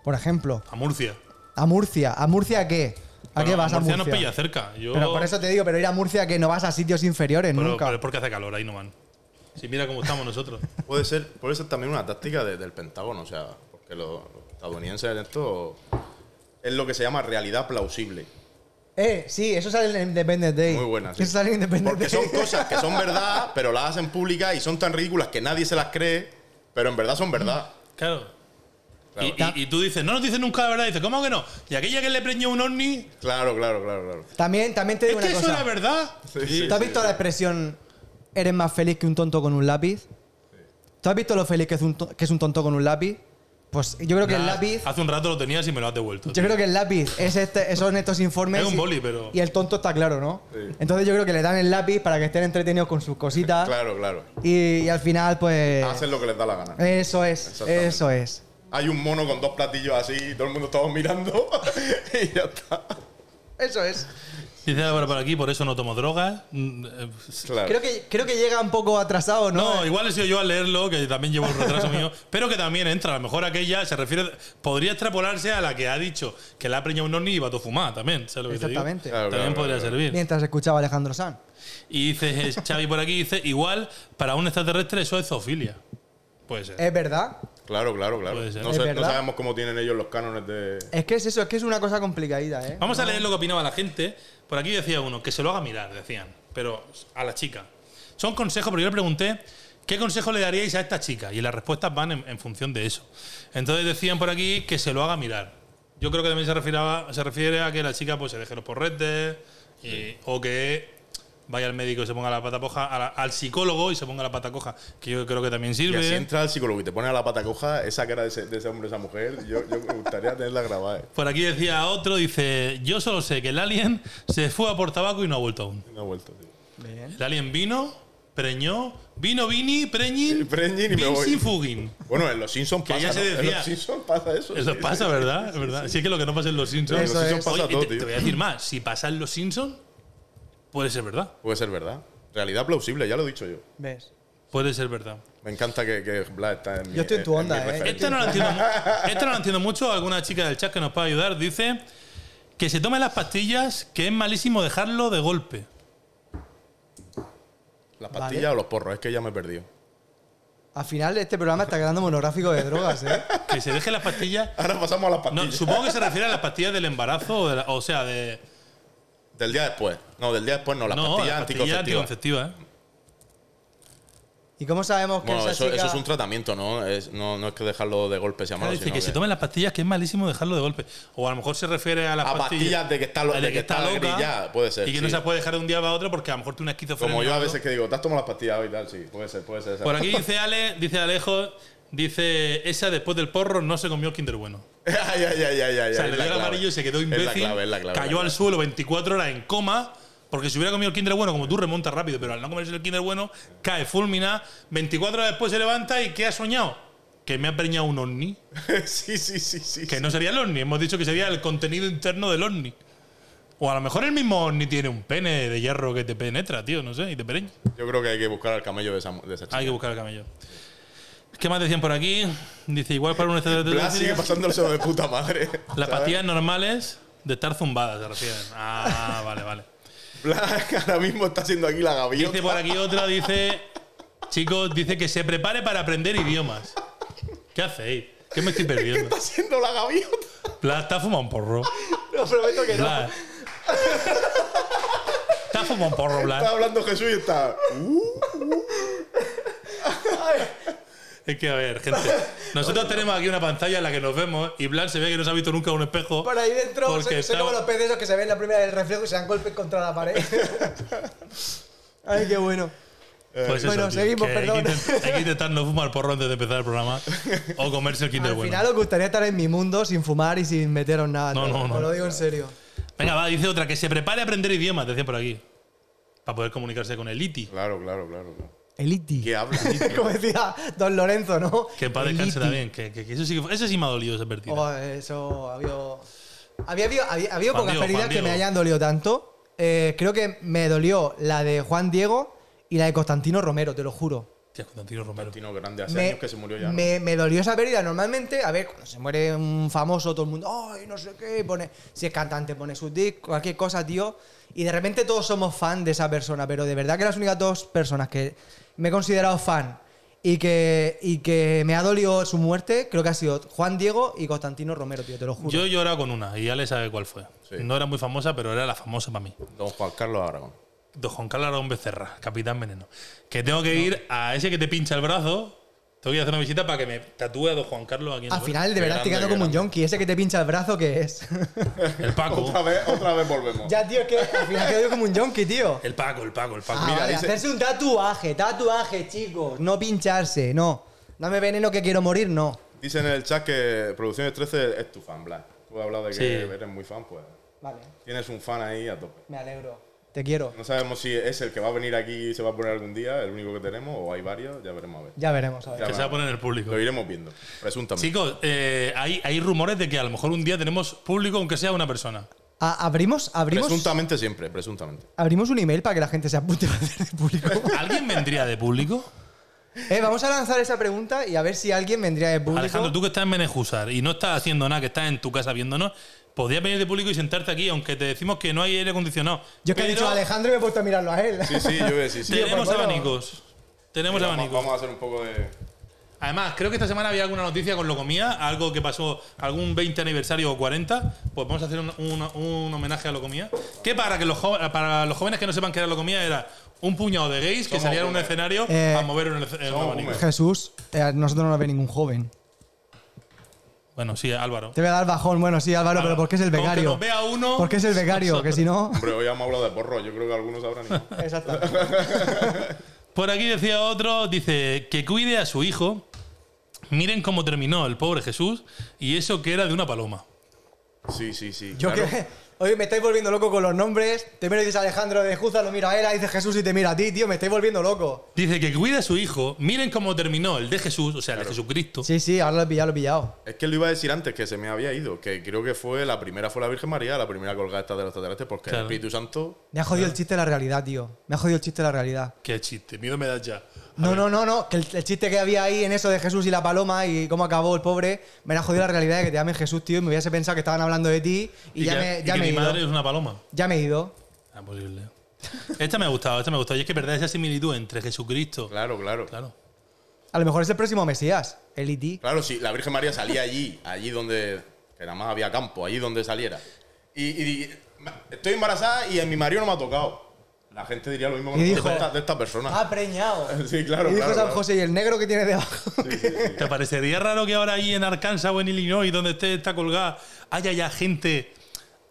Por ejemplo,
A Murcia.
a Murcia. ¿A Murcia qué? ¿A qué
Bueno,
vas a
Murcia
Murcia?
nos pilla cerca. Yo,
Pero por eso te digo, pero ir a Murcia que no vas a sitios inferiores
pero-
nunca.
pero es porque hace calor, ahí no van. Si mira cómo estamos
[laughs]
nosotros.
Puede ser, puede ser también una táctica de- del Pentágono, o sea, porque los, los estadounidenses en esto es lo que se llama realidad plausible.
eh, sí, eso sale en Independence Day.
Muy buena. sí.
Eso sale en Independence
Porque
Day.
son cosas que son verdad, pero las hacen públicas y son tan ridículas que nadie se las cree, pero en verdad son verdad.
Claro.
Claro.
Y, y- y tú dices, no nos dicen nunca la verdad. Dices, ¿cómo que no? Y aquella que le preñó un ovni,
Claro, claro, claro, claro.
También, también te
¿es
digo
que
una
eso
cosa.
era verdad?
¿Tú has visto la expresión eres más feliz que un tonto con un lápiz? ¿Tú has visto lo feliz que es un, to- que es un tonto con un lápiz? Pues yo creo que el
Nah,
lápiz.
Hace un rato lo tenías y me lo has devuelto.
Yo
tío.
creo que el lápiz es este, son estos informes.
Es un
y-
boli, pero-
Y el tonto está claro, ¿no?
Sí.
Entonces yo creo que le dan el lápiz para que estén entretenidos con sus cositas.
Claro, claro.
y, y al final, pues.
Hacen lo que les da la gana.
Eso es,
Exactamente.
eso es.
Hay un mono con dos platillos así, y todo el mundo estamos mirando [laughs] y ya está.
Eso es.
Dice Álvaro por aquí, por eso no tomo drogas. Mm, eh,
Claro.
Creo que, creo que llega un poco atrasado, ¿no?
No, igual he sido yo al leerlo, que también llevo el retraso mío, [laughs] pero que también entra. A lo mejor aquella se refiere. Podría extrapolarse a la que ha dicho que la ha preñado un ovni y va a fumar también. ¿sabes lo que te digo?
Exactamente.
Claro,
también
claro,
podría
claro.
servir.
Mientras escuchaba a Alejandro San.
Y dice [laughs] eh, Xavi por aquí, dice, igual para un extraterrestre eso es zoofilia. Puede ser.
Es verdad.
Claro, claro, claro.
Puede ser.
No,
Es
sé- no
verdad.
sabemos cómo tienen ellos los cánones de.
Es que es eso, es que es una cosa complicadita, ¿eh?
Vamos a leer lo que opinaba la gente. Por aquí decía uno, que se lo haga mirar, decían, pero a la chica. Son consejos, pero yo le pregunté, ¿qué consejo le daríais a esta chica? Y las respuestas van en, en función de eso. Entonces decían por aquí que se lo haga mirar. Yo creo que también se, refiraba- se refiere a que la chica pues, se deje los porretes y- o que vaya al médico y se ponga la pata coja, a la- al psicólogo y se ponga la pata coja, que yo creo que también
Y
sirve.
así entra el psicólogo y te pone a la pata coja esa cara de ese, de ese hombre, esa mujer. Yo, yo me gustaría tenerla grabada. eh.
Por aquí decía otro, dice, yo solo sé que el alien se fue a por tabaco y no ha vuelto aún.
No ha vuelto, tío.
Bien.
El alien vino, preñó, vino, vini,
Y
preñin,
preñin Eh, y me voy.
vinci, fugin.
Bueno, en los Simpsons
Que
pasa.
ya se
¿no? En
decía.
los Simpsons pasa eso.
Eso
sí.
pasa, ¿verdad? Es ¿verdad? Si es que lo que no pasa en los Simpsons.
En los
Eso
Simpsons
es.
Oye,
pasa
y
todo,
te, te voy a
tío.
decir más, si pasa en los Simpsons, puede ser verdad.
Puede ser verdad. Realidad plausible, ya lo he dicho yo.
¿Ves?
Puede ser verdad.
Me encanta que, que Blas está en mi.
Yo estoy en tu onda,
mi
eh.
referencia.
Esta no, la entiendo,
[laughs]
mu- esta no la entiendo mucho. Alguna chica del chat que nos pueda ayudar dice que se tomen las pastillas, que es malísimo dejarlo de golpe.
¿Las pastillas o los porros? Es que ya me he perdido.
Al final este programa está quedando monográfico de drogas, ¿eh?
Que se dejen las pastillas.
Ahora pasamos a
No,
las [laughs] pastillas.
supongo que se refiere a las pastillas del embarazo, o, de la- o sea, de.
Del día después. No, del día después no. Las
no,
pastillas
las pastillas
anticonceptivas.
anticonceptivas. ¿eh?
¿Y cómo sabemos que Ah,
Bueno,
esa
eso,
chica-
eso es un tratamiento, ¿no? Es, no, no es que dejarlo de golpe sea
Claro,
malo.
dice
sino
que se tomen las pastillas, que es malísimo dejarlo de golpe. O a lo mejor se refiere a las
A pastillas de que está lo-
a
de que está grillada, puede ser,
Y que
sí.
no se puede dejar de un día para otro porque a lo mejor tiene una esquizofrenia.
Como yo
o
a
algo.
veces que digo, ¿te has tomado las pastillas hoy y tal? Sí, puede ser, puede ser. esa.
Por
[laughs]
aquí dice Ale, dice Alejo, dice esa después del porro no se comió el Kinder Bueno.
[laughs] ay, ay, ay, ay, ay.
O sea,
es
le
la
dio el
clave.
amarillo y se quedó imbécil.
Es la clave, es la clave.
cayó al suelo 24 horas en coma. Porque si hubiera comido el Kinder Bueno, como tú remontas rápido, pero al no comerse el Kinder Bueno, cae fulmina. 24 horas después se levanta y ¿qué ha soñado? Que me ha preñado un ovni.
suelo. [laughs] sí, sí, sí, sí.
Que
sí.
no sería el ovni, hemos dicho que sería el contenido interno del ovni. O a lo mejor el mismo ovni tiene un pene de hierro que te penetra, tío, no sé, y te pereña.
Yo creo que hay que buscar al camello de esa, de esa chica.
Hay que buscar el camello. ¿Qué más decían por aquí? Dice, igual para
[laughs]
un
Blas sigue ¿eh?
extraterrestre.
pasándoselo de puta madre.
Las
¿sabes?
pastillas normales de estar zumbadas se refieren. Ah, [laughs] vale, vale.
Blas ahora mismo está siendo aquí la gaviota.
Dice por aquí otra, dice. Chicos, dice que se prepare para aprender idiomas. ¿Qué hacéis? ¿Qué me estoy perdiendo?
[laughs] Está siendo la gaviota. [laughs]
Blas, está fumando un porro.
Lo prometo que no.
Blas. Está fumando un porro, Blas.
Está hablando Jesús y está. uh.
Es que, a ver, gente.
[laughs]
Nosotros tenemos aquí una pantalla en la que nos vemos y Blan se ve que no se ha visto nunca un espejo.
Por ahí dentro,
Porque
soy, soy
está-
como los peces esos que se ven la primera del reflejo y se dan golpes contra la
[laughs]
pared. Ay, qué bueno.
Pues eso,
Bueno,
tío,
seguimos,
que Hay
perdón.
que, intent- hay que intentar no fumar porro antes de empezar el programa o comerse
[laughs]
el Kinder
Al
Bueno.
final os gustaría estar en mi mundo sin fumar y sin meteros nada.
No,
te-
no, no.
Os lo digo en serio.
Venga, va, dice otra, que se prepare a aprender idiomas, decía por aquí. Para poder comunicarse con el ITI.
Claro, claro, claro. claro.
El iti.
¿Qué
[laughs]
habla?
[laughs] Como decía Don Lorenzo, ¿no?
Que para
El
descanse
iti.
también. Que, que- que eso, sí, que- eso sí me ha dolido esa pérdida.
Oh, eso, había. Había, había, había, había
Juan
pocas
Diego,
pérdidas
Juan
que me
Diego.
hayan dolido tanto. Eh, creo que me dolió la de Juan Diego y la de Constantino Romero, te lo juro.
Hostia, Constantino Romero.
Tino grande hace años que se murió ya. ¿no?
me- me dolió esa pérdida. Normalmente, a ver, cuando se muere un famoso, todo el mundo, ay, no sé qué, pone, si es cantante, pone su disc, cualquier cosa, tío. Y de repente todos somos fan de esa persona, pero de verdad que las únicas dos personas que me he considerado fan y que, y que me ha dolido su muerte, creo que ha sido Juan Diego y Constantino Romero, tío, te lo juro.
Yo he llorado con una y ya le sabe cuál fue.
Sí.
No era muy famosa, pero era la famosa para mí.
Don Juan Carlos Aragón.
Don Juan Carlos Aragón Becerra, Capitán Veneno. Que tengo que ir a ese que te pincha el brazo. Tengo que ir a hacer una visita para que me tatúe a Don Juan Carlos aquí en
Al
el-
final, de
Qué grande, Oh.
verdad, estoy quedando
qué
como un
grande.
yonki, ese que te pincha el brazo, que es?
El Paco.
Otra vez, otra vez volvemos.
[laughs] ya, tío, es que al final quedo como un yonki, tío.
El Paco, el Paco, el Paco.
[laughs]
Ah,
Mira,
vale,
dice-
hacerse un tatuaje, tatuaje, chicos. No pincharse, no. Dame veneno que quiero morir, no.
Dicen en el chat que Producciones 13 es tu fan, Blas. Tú has hablado de que
Sí.
eres muy fan, pues.
Vale,
Tienes un fan ahí a tope.
me alegro. Te quiero.
No sabemos si es el que va a venir aquí y se va a poner algún día, el único que tenemos, o hay varios, ya veremos a ver.
Ya veremos, a ver.
Ya.
que se va a poner en el público.
Lo iremos viendo, presuntamente.
Chicos, eh, hay, hay rumores de que a lo mejor un día tenemos público, aunque sea una persona.
A- abrimos, abrimos,
Presuntamente siempre, presuntamente.
abrimos un email para que la gente se apunte [laughs] para hacer de
[laughs]
público.
¿Alguien vendría de público?
Eh, vamos a lanzar esa pregunta y a ver si alguien vendría de público.
Alejandro, tú que estás en Menejusar y no estás haciendo nada, que estás en tu casa viéndonos, podrías venir de público y sentarte aquí, aunque te decimos que no hay aire acondicionado.
Yo que he
Pero
dicho Alejandro y me he puesto a mirarlo a él.
Sí, sí, yo voy a decir, sí.
Tenemos
pues bueno.
abanicos. Tenemos
Vamos,
abanicos.
vamos a hacer un poco de.
Además, creo que esta semana había alguna noticia con Locomía, algo que pasó, algún 20 aniversario o 40. Pues vamos a hacer un, un- un homenaje a Locomía. Que para, que los jo- para los jóvenes que no sepan qué era Locomía, era un puñado de gays que
Somos
salían a un
boomers.
escenario
Eh,
a mover un, el
somos
abanico.
boomers.
[laughs] Jesús, eh, a nosotros no nos ve ningún joven.
Bueno, sí, Álvaro.
Te voy a dar bajón, bueno, sí, Álvaro, pero porque es el
Con que
becario.
nos vea uno,
Porque es el becario, que si no.
Hombre, hoy hemos hablado de porro, yo creo que algunos sabrán. ¿no?
Exacto.
Por aquí decía otro, dice, que cuide a su hijo. Miren cómo terminó el pobre Jesús y eso que era de una paloma.
Sí, sí, sí.
Yo
claro.
que. Oye, me estáis volviendo loco con los nombres. Te me dices Alejandro de Juza, lo miro a él, ahí dice Jesús y te miro a ti, tío. Me estáis volviendo loco.
Dice que cuide a su hijo. Miren cómo terminó el de Jesús, o sea, el de Jesucristo.
Sí, sí, ahora lo he pillado, lo he pillado.
Es que lo iba a decir antes, que se me había ido. Que creo que fue la primera fue la Virgen María, la primera colgada esta de los extraterrestres, porque
Claro.
el Espíritu Santo.
Me ha jodido el chiste de la realidad, tío. Me ha jodido el chiste de la realidad.
Qué chiste, miedo me da ya.
No, no, no, no. Que el, el chiste que había ahí en eso de Jesús y la paloma y cómo acabó el pobre, me la ha jodido la realidad de que te llamen Jesús, tío. Y me hubiese pensado que estaban hablando de ti y, ya,
que-
me,
y
ya
que
me he
mi
ido.
madre es una paloma.
Ya me he ido.
Ah,
pues
posible. [laughs] Esta me ha gustado, esta me ha gustado. Y es que verdad esa similitud entre Jesucristo.
Claro, claro.
Claro.
A lo mejor es el próximo Mesías, el E IT.
Claro, sí, la Virgen María salía allí, allí donde. que nada más había campo, allí donde saliera. Y, y- estoy embarazada y en mi marido no me ha tocado. La gente diría lo mismo
Y
con
dijo-
de esta, de esta persona.
Ah, [laughs] preñado.
Sí, claro,
Y dijo
claro,
San
claro.
José, y el negro que tiene debajo.
¿Te parecería raro que ahora ahí en Arkansas o en Illinois, donde esté esta colgada, haya ya gente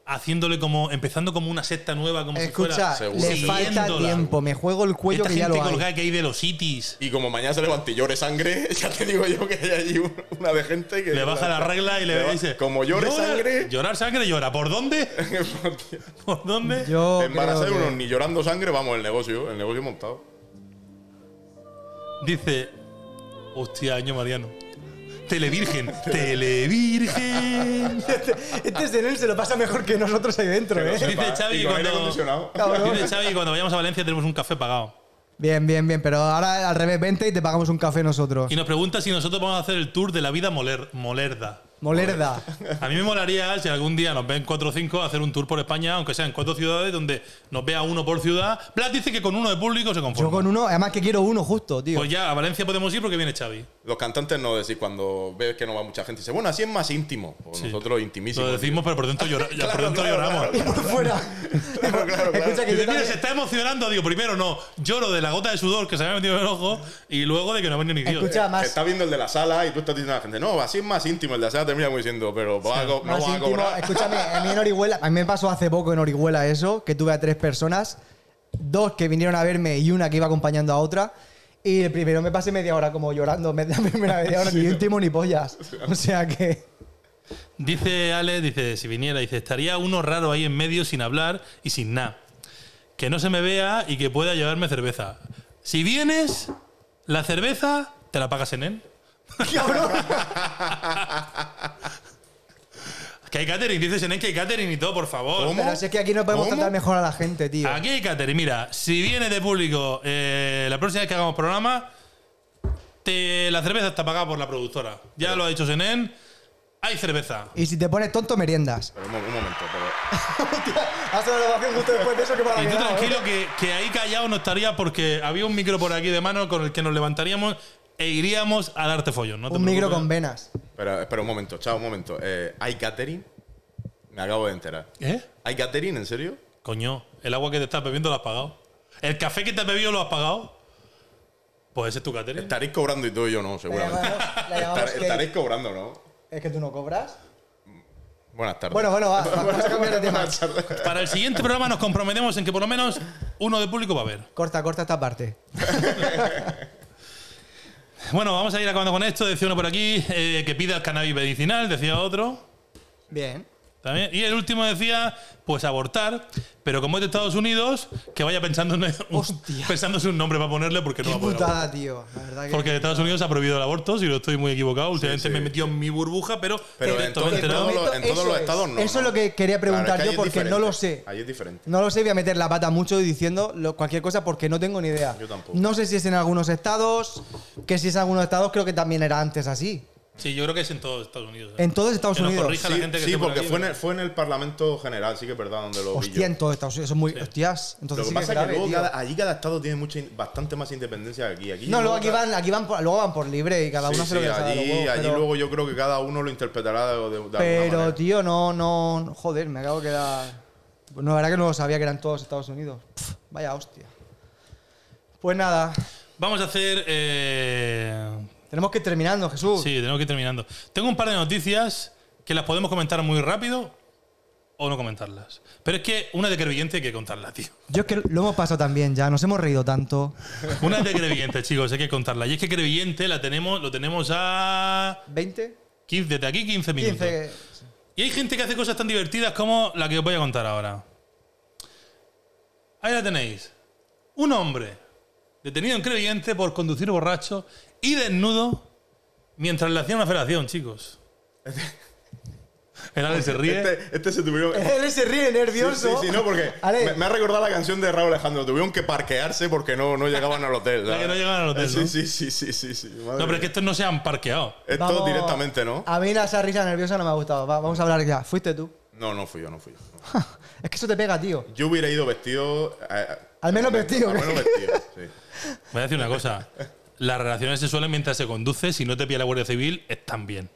haciéndole como. empezando como una secta nueva, como
Escucha,
si fuera.
seguro.
le falta
siguiéndola.
tiempo. Me juego el cuello
Esta
que ya
gente
lo hay.
colgada que hay de los cities.
Y como mañana se levanta y llore sangre, [laughs] ya te digo yo que hay allí un- una de gente que.
Le baja la regla y le,
ba-
dice.
Como llore
"Llora- [laughs]
sangre. [laughs]
Llorar sangre llora. ¿Por dónde? [laughs] ¿Por dónde?
Yo
Embarazar
Oh, creo que-
unos ni llorando sangre, vamos, el negocio, el negocio montado.
Dice. Hostia, año Mariano. Televirgen. Televirgen.
[laughs] Este Zenel se lo pasa mejor que nosotros ahí dentro,
Que lo
¿eh?
sepa.
Dice Xavi
Y
que
con aire
cuando,
acondicionado.
Cabrón.
dice Xavi que cuando vayamos a Valencia tenemos un café pagado.
Bien, bien, bien. Pero ahora al revés, vente y te pagamos un café nosotros.
Y nos pregunta si nosotros vamos a hacer el tour de la vida moler, molerda.
Molerda.
A mí me molaría, si algún día nos ven 4 o 5, hacer un tour por España, aunque sea en cuatro ciudades, donde nos vea uno por ciudad. Blas dice que con uno de público se conforma.
Yo con uno, además que quiero uno justo, tío.
Pues ya, a Valencia podemos ir porque viene Xavi.
Los cantantes no decís cuando ves que no va mucha gente. Dice, bueno, así es más íntimo. O nosotros intimísimos.
Lo decimos, pero por dentro, llora- ya por
[laughs] Claro,
dentro
claro,
lloramos.
claro.
[laughs] Y por fuera.
Claro, claro, claro.
Escucha
Dice,
que yo
mira,
también-
se está emocionando. Digo, primero no, lloro de la gota de sudor que se me ha metido en el ojo y luego de que no ha venido ni Dios.
Escucha,
Que
más,
está viendo el de la sala y tú estás diciendo a la gente, no, así es más íntimo. El de la sala termina como diciendo, pero va a co- no
más
vas a
íntimo.
cobrar.
Escúchame, a mí en Orihuela, a mí me pasó hace poco en Orihuela eso, que tuve a tres personas, dos que vinieron a verme y una que iba acompañando a otra. Y el primero me pasé media hora como llorando, [laughs] me- la primera media hora, ni íntimo ni pollas. O sea que.
Dice Ale, dice, si viniera, dice, estaría uno raro ahí en medio sin hablar y sin nada. Que no se me vea y que pueda llevarme cerveza. Si vienes, la cerveza te la pagas en él. que hay catering, dices en él que hay catering y todo, por favor.
¿Cómo?
Pero si es que aquí no podemos
¿Cómo?
tratar mejor a la gente, tío.
Aquí hay catering, mira, si viene de público eh, la próxima vez que hagamos programa, te- la cerveza está pagada por la productora. Ya lo ha dicho Senen. Hay cerveza.
Y si te pones tonto, meriendas.
Pero un, mo- un momento, pero.
Haz una grabación justo después de eso que me ha
Y tú
quedado, ¿eh?
tranquilo que, que ahí callado no estaría porque había un micro por aquí de mano con el que nos levantaríamos e iríamos a darte follón. No te
Un micro con
preocupes.
venas.
Pero, espera un momento, chao, un momento. Eh, ¿Hay catering? Me acabo de enterar.
¿Eh?
¿Hay catering, en serio?
Coño, el agua que te estás bebiendo lo has pagado. El café que te has bebido lo has pagado. Pues ese es tu catering.
Estaréis cobrando y tú y yo no,
La
seguramente.
llamamos, [laughs] la llamamos
Estar- estaréis
Kate.
cobrando, ¿no?
Es que tú no cobras.
Buenas tardes.
Bueno, [laughs] bueno, va. Vamos a cambiar de tema.
Buenas tardes.
Para el siguiente programa nos comprometemos en que por lo menos uno de público va a haber.
Corta, corta esta parte.
Bueno, vamos a ir acabando con esto. Decía uno por aquí eh, que pida el cannabis medicinal, decía otro.
Bien.
También. Y el último decía, pues abortar, pero como es de Estados Unidos, que vaya pensando en un, [laughs]
Hostia.
pensándose un nombre para ponerle porque no
Qué
va a poder. abortar.
putada, tío. La verdad que.
Porque en Estados Unidos ha prohibido el aborto, si no estoy muy equivocado. Últimamente
sí.
me he metido en mi burbuja, pero,
Pero en
directamente
todo- en
no.
todo- todos los- en todos
Eso
los
es.
estados no,
Eso es
¿no?
lo que quería preguntar
Claro, es que ahí
yo
es
porque no
diferente.
lo sé.
Ahí es diferente.
No lo sé, voy a meter la pata mucho diciendo lo- cualquier cosa porque no tengo ni idea.
Yo tampoco.
No sé si es en algunos estados, que si es en algunos estados creo que también era antes así.
Sí, yo creo que es en todos Estados Unidos. ¿eh?
En todos Estados
Que nos
Unidos.
corrija la
Sí,
gente que
sí,
esté por
porque
aquí,
fue en,
pero-
el, fue en el Parlamento General, sí que es verdad, donde lo vi
Hostia,
yo.
en todos Estados Unidos. Eso es muy. Hostias.
Lo
Entonces
que
sí
pasa
que es
es que
grave,
luego
tío.
cada- allí cada estado tiene mucha, in- bastante más independencia que aquí. aquí
No,
yo
luego aquí
cada-
van, aquí van por, luego van por libre y cada
Sí,
uno se lo
sí,
que le salga de
allí,
los huevos,
allí
pero-
luego yo creo que cada uno lo interpretará de, de- de alguna
Pero,
manera.
tío, no, no. Joder, me acabo de quedar. Pues no, la verdad que no lo sabía que eran todos Estados Unidos. Pf, vaya hostia. Pues nada,
Vamos a hacer. eh,
tenemos que ir terminando, Jesús.
Sí, tenemos que ir terminando. Tengo un par de noticias que las podemos comentar muy rápido o no comentarlas. Pero es que una de Crevillente hay que contarla, tío.
Yo es que lo hemos pasado también ya, nos hemos reído tanto.
Una de Crevillente, [laughs] chicos, hay que contarla. Y es que Crevillente la tenemos, lo tenemos a
¿20?
15, desde aquí 15 minutos.
15.
Y hay gente que hace cosas tan divertidas como la que os voy a contar ahora. Ahí la tenéis. Un hombre detenido en Crevillente por conducir borracho y desnudo mientras le hacía una felación, chicos. El Ale se ríe.
Este, este se tuvieron.
Él se ríe
Sí,
nervioso.
sí, sí, no, porque
Ale,
me, me ha recordado la canción de Raúl Alejandro. Tuvieron que parquearse porque no, no llegaban al
[laughs]
hotel.
La que no
¿sabes?
llegaban al hotel,
Sí,
¿no?
sí, sí, sí, sí. sí, madre
No, pero es que
mía.
estos no se han parqueado.
Esto
vamos-
directamente, ¿no?
A mí esa risa nerviosa no me ha gustado. Va, vamos a hablar ya. Fuiste tú.
No, no fui yo, no fui yo. no.
Es que eso te pega, tío.
Yo hubiera ido vestido. eh,
Al menos vestido,
Al menos vestido, sí.
Voy a decir una cosa. Las relaciones sexuales mientras se conduce, si no te pilla la Guardia Civil, están bien.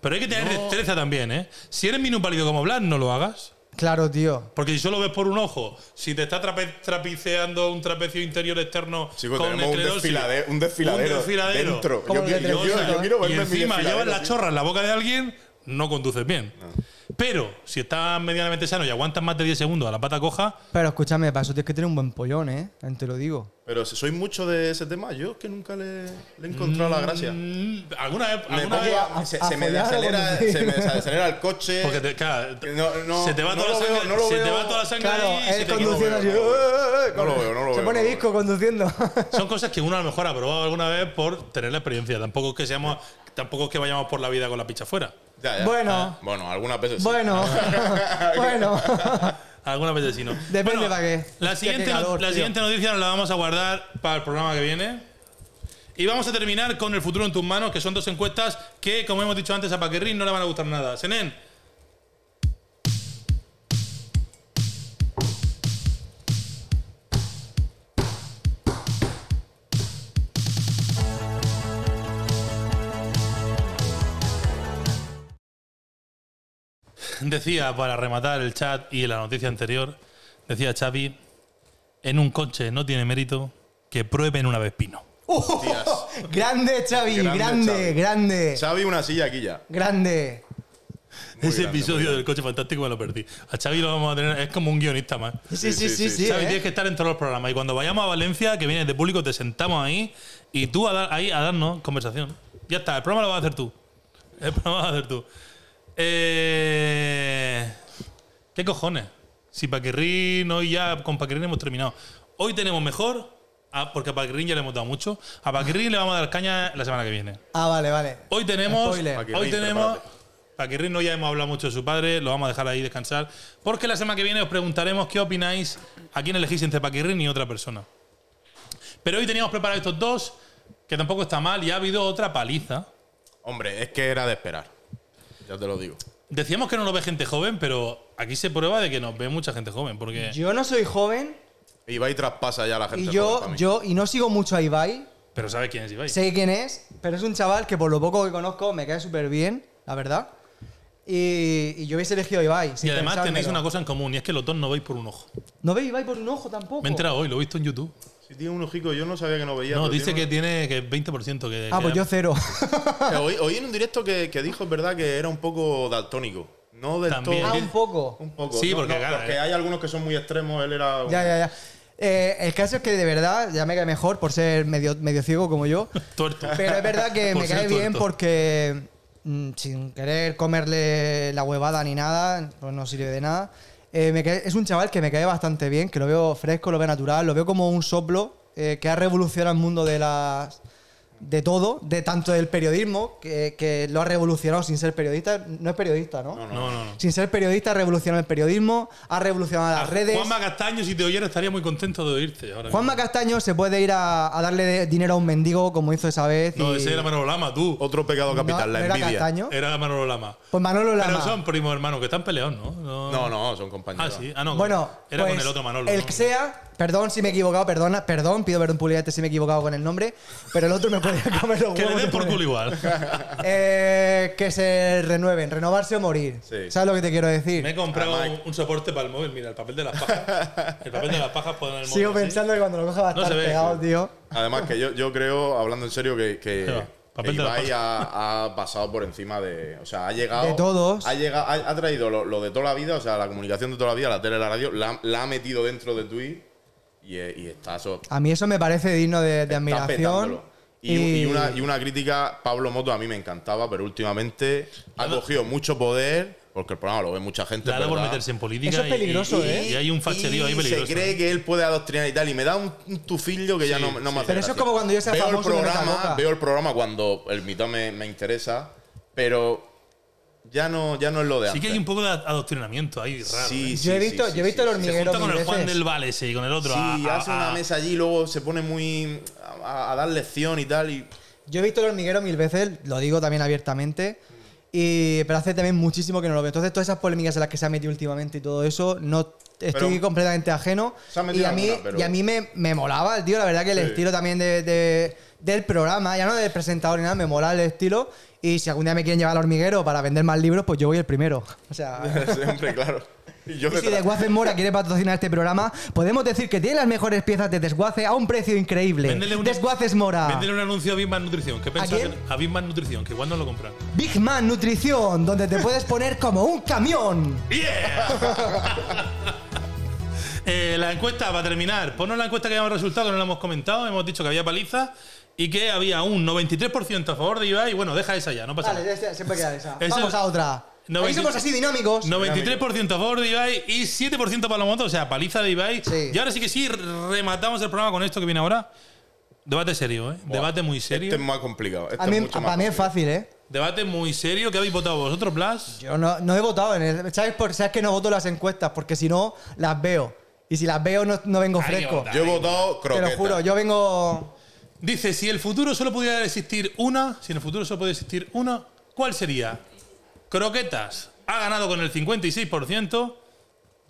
Pero hay que tener destreza también, ¿eh? Si eres minusválido como Blas, no lo hagas.
Claro, tío.
Porque si solo ves por un ojo, si te está trape- trapiceando un trapecio interior externo
Chicos,
con
tenemos un,
esclerosis,
desfilade- un desfiladero.
un desfiladero,
Dentro.
Como
Yo, qui-
el de
yo quiero-
Treviso,
yo
¿no?
quiero
y
verme en mi
encima llevas
desfiladero,
la
tío.
chorra en la boca de alguien, no conduces bien. Pero si estás medianamente sano y aguantas más de 10 segundos a la pata coja,
Pero escúchame, para eso tienes que tener un buen pollón, ¿eh? Te lo digo.
Pero si soy mucho de ese tema, yo es que nunca le, le he encontrado la gracia.
mm, alguna vez.
Me
alguna
pongo
vez-
a- se,
a
se me
follar o
desacelera,
conducir.
se me desacelera el coche.
porque te- claro,
No, no,
se te va
no
toda la
lo
sangre.
veo, no lo
se te
veo.
va toda la sangre
Claro,
ahí y se
él
te
No lo
queda-
veo,
conduciendo así,
no lo veo. "Eh, No lo veo, no lo veo.
Se pone
no lo
disco
veo.
conduciendo. [laughs]
Son cosas que uno a lo mejor ha probado alguna vez por tener la experiencia. Tampoco es que seamos, tampoco es que vayamos por la vida con la picha fuera.
Ya, ya.
Bueno.
Bueno, algunas veces sí. [laughs]
bueno, bueno.
Algunas veces sí, no.
[laughs] Depende pa' qué.
La,
Hostia,
siguiente,
qué calor,
no- la
tío.
siguiente noticia nos la vamos a guardar para el programa que viene. Y vamos a terminar con el futuro en tus manos, que son dos encuestas que, como hemos dicho antes, a Paquerrín no le van a gustar nada. Senen, decía para rematar el chat y la noticia anterior, decía Xavi, en un coche no tiene mérito que prueben una vez pino.
grande, Xavi, grande,
Grande, Xavi.
grande.
Xavi, una silla aquí ya.
Grande.
Muy
Ese
grande, muy
episodio
grande.
del coche fantástico me lo perdí. A Xavi lo vamos a tener, es como un guionista más.
Sí, sí, sí,
sí,
sí.
sí,
sí,
Xavi,
¿eh?
tienes que estar en todos los programas. Y cuando vayamos a Valencia, que vienes de público, te sentamos ahí y tú a dar- ahí a darnos conversación. Ya está, el programa lo vas a hacer tú. El programa lo vas a hacer tú. Eh, ¿Qué cojones? Si Paquirrín, hoy ya con Paquirrín hemos terminado. Hoy tenemos mejor, ah, porque a Paquirrín ya le hemos dado mucho. A Paquirrín le vamos a dar caña la semana que viene.
Ah, vale, vale.
Hoy tenemos.
Spoiler.
Paquirrín,
hoy tenemos.
prepárate.
Paquirrín no ya hemos hablado mucho de su padre, lo vamos a dejar ahí descansar. Porque la semana que viene os preguntaremos qué opináis, a quién elegís entre Paquirrín y otra persona. Pero hoy teníamos preparados estos dos. que tampoco está mal, y ha habido otra paliza.
Hombre, es que era de esperar. Ya te lo digo.
Decíamos que no lo ve gente joven, pero aquí se prueba de que nos ve mucha gente joven, porque
Yo no soy joven
Ibai traspasa ya a la gente.
y
joven
yo,
para mí.
yo y no sigo mucho a Ibai.
pero sabe quién es Ibai.
Sé quién es, pero es un chaval que por lo poco que conozco me cae súper bien, la verdad. Y, y yo hubiese elegido a Ibai.
y
sin
además tenéis
pensármelo.
una cosa en común, y es que los dos no veis por un ojo.
No veo a Ibai por un ojo tampoco.
Me he enterado hoy, lo he visto en YouTube.
Si tiene un ojico, yo no sabía que no veía.
No,
pero
dice que
tiene
tiene que 20%. Que,
ah,
que-
pues yo
[laughs]
cero.
un- Oí, oí en un directo que, que dijo, es verdad, que era un poco daltónico. No del
También.
ah,
todo.
un poco.
Un poco.
Sí,
No,
porque
no,
claro,
Porque
eh.
hay algunos que son muy extremos, él era.
Ya, ya, ya. Eh, el caso es que de verdad ya me cae mejor por ser medio, medio ciego como yo.
Tuerto.
Pero es verdad que
Por
me
ser
cae bien
tuerto.
porque mm, sin querer comerle la huevada ni nada, pues no sirve de nada. Eh, me cae- es un chaval que me cae bastante bien, que lo veo fresco, lo veo natural, lo veo como un soplo eh, que ha revolucionado el mundo de las de todo, de tanto del periodismo, que, que lo ha revolucionado sin ser periodista. No es periodista, ¿no?
No, no, no.
Sin ser periodista ha revolucionado el periodismo, ha revolucionado las redes.
Ah, Juanma Castaño, si te oyera, estaría muy contento de oírte. Ahora
Juanma Castaño se puede ir a, a darle de- dinero a un mendigo como hizo esa vez.
mismo. No,
y-
ese era Manolo Lama, tú.
Otro pecado capital,
No,
la
no era
envidia.
Castaño.
Era Manolo Lama.
Pues Manolo Lama.
Pero son primos hermanos que están peleados, ¿no? No,
No, no, son
Ah,
compañeros.
sí. Ah, no.
bueno,
era con
pues,
el otro Manolo.
El
¿no?
que sea, perdón si me he equivocado, perdona, perdón, pido perdón públicamente si me he equivocado con el nombre, pero el otro me podía [laughs] comer los huevos.
Que le den por
de-
culo
[laughs]
igual.
Eh, que se renueven, renovarse o morir.
Sí.
¿Sabes lo que te quiero
Me he
decir?
comprado
Además-
un, un soporte para el móvil, mira, el papel de las
[laughs]
pajas. El papel de las pajas puede en el móvil.
Sigo
así.
pensando que cuando lo coja va a
No
estar
se ve,
pegado,
sí.
tío.
Además que yo, yo creo, hablando en serio, que, que,
Ahí [laughs] va. Papel
que
de la
Ibai
pasta.
ha, ha pasado por encima de... O sea, ha llegado...
De todos.
Ha, llegado, ha, ha traído lo, lo de toda la vida, o sea, la comunicación de toda la vida, la tele, la radio, la, la ha metido dentro de Twitch y, eh, y está eso...
A mí eso me parece digno de, de
está
admiración.
petándolo. Y, y una, y una crítica, Pablo Moto a mí me encantaba, pero últimamente ha cogido mucho poder, porque el programa lo ve mucha gente.
Claro,
es
por
verdad.
meterse en política.
Eso es
y-
peligroso,
y-
¿eh?
Y hay un facherío ahí
y
peligroso. ¿eh?
Se cree que él puede adoctrinar y tal. Y me da un, un tufillo que ya no, no me hace
Pero eso es
gracia.
como cuando yo sea
veo
famoso y
El
me meta
programa,
coca.
veo el programa cuando el mito me, me interesa, pero ya no, ya no es lo de
Sí
antes.
que hay un poco de adoctrinamiento ahí raro. ¿eh?
Sí, sí,
Yo he
sí,
visto,
sí,
yo he
sí,
visto
sí.
el
Se
hormiguero.
junta con
mil
el Juan
veces.
del Vale ese y con el otro. a-
Sí,
a-
hace una
a-
mesa allí y luego se pone muy a, a dar lección y tal. Y
Yo he visto el hormiguero mil veces, lo digo también abiertamente. Y, pero hace también muchísimo que no lo veo. Entonces, todas esas polémicas en las que se ha metido últimamente y todo eso, no estoy
Pero-
completamente ajeno.
Se ha metido
Y a mí,
alguna, pero-
y a mí me, me molaba el tío, la verdad que el
Sí.
estilo también de, de- del programa, ya no del presentador ni nada, me mola el estilo. Y si algún día me quieren llevar al hormiguero para vender más libros, pues yo voy el primero.
[laughs]
O sea.
siempre, claro. Y yo
Y
me
si
tra-
Desguace Mora quiere patrocinar este programa, podemos decir que tiene las mejores piezas de Desguace a un precio increíble.
Véndele un-
Desguaces Mora.
Véndele un anuncio a Big Man Nutrición. ¿Qué pensás?
quién?
A Big Man Nutrición, que igual no lo compran.
Big Man Nutrición, donde te puedes poner como un camión.
Eh, la encuesta, para terminar, ponnos la encuesta que habíamos resultado, que no la hemos comentado. Hemos dicho que había palizas y que había un 93% a favor de Ibai. Bueno, deja esa ya, no pasa
Vale,
nada.
ya, ya, siempre queda esa.
Eso-
Vamos a otra. Ahí
90
somos así dinámicos.
93% a favor de Ibai y 7% para Lomoto, o sea, paliza de Ibai.
Sí.
Y ahora sí que sí, rematamos el programa con esto que viene ahora. Debate serio, ¿eh? Debate muy serio.
Este es más complicado. este
A
es
mí,
mucho más
para mí es
complicado.
fácil, ¿eh?
Debate muy serio. ¿Qué habéis votado vosotros, Blas?
Yo no, no he votado en el. ¿Sabes, por, sabes que no voto las encuestas? Porque si no, las veo. Y si las veo, no, no vengo
Hay que
fresco.
votar.
Yo he votado
Te
croqueta.
lo juro, yo vengo.
Dice, si el futuro solo pudiera existir una, si en el futuro solo pudiera existir una, ¿cuál sería? Croquetas ha ganado con el 56%.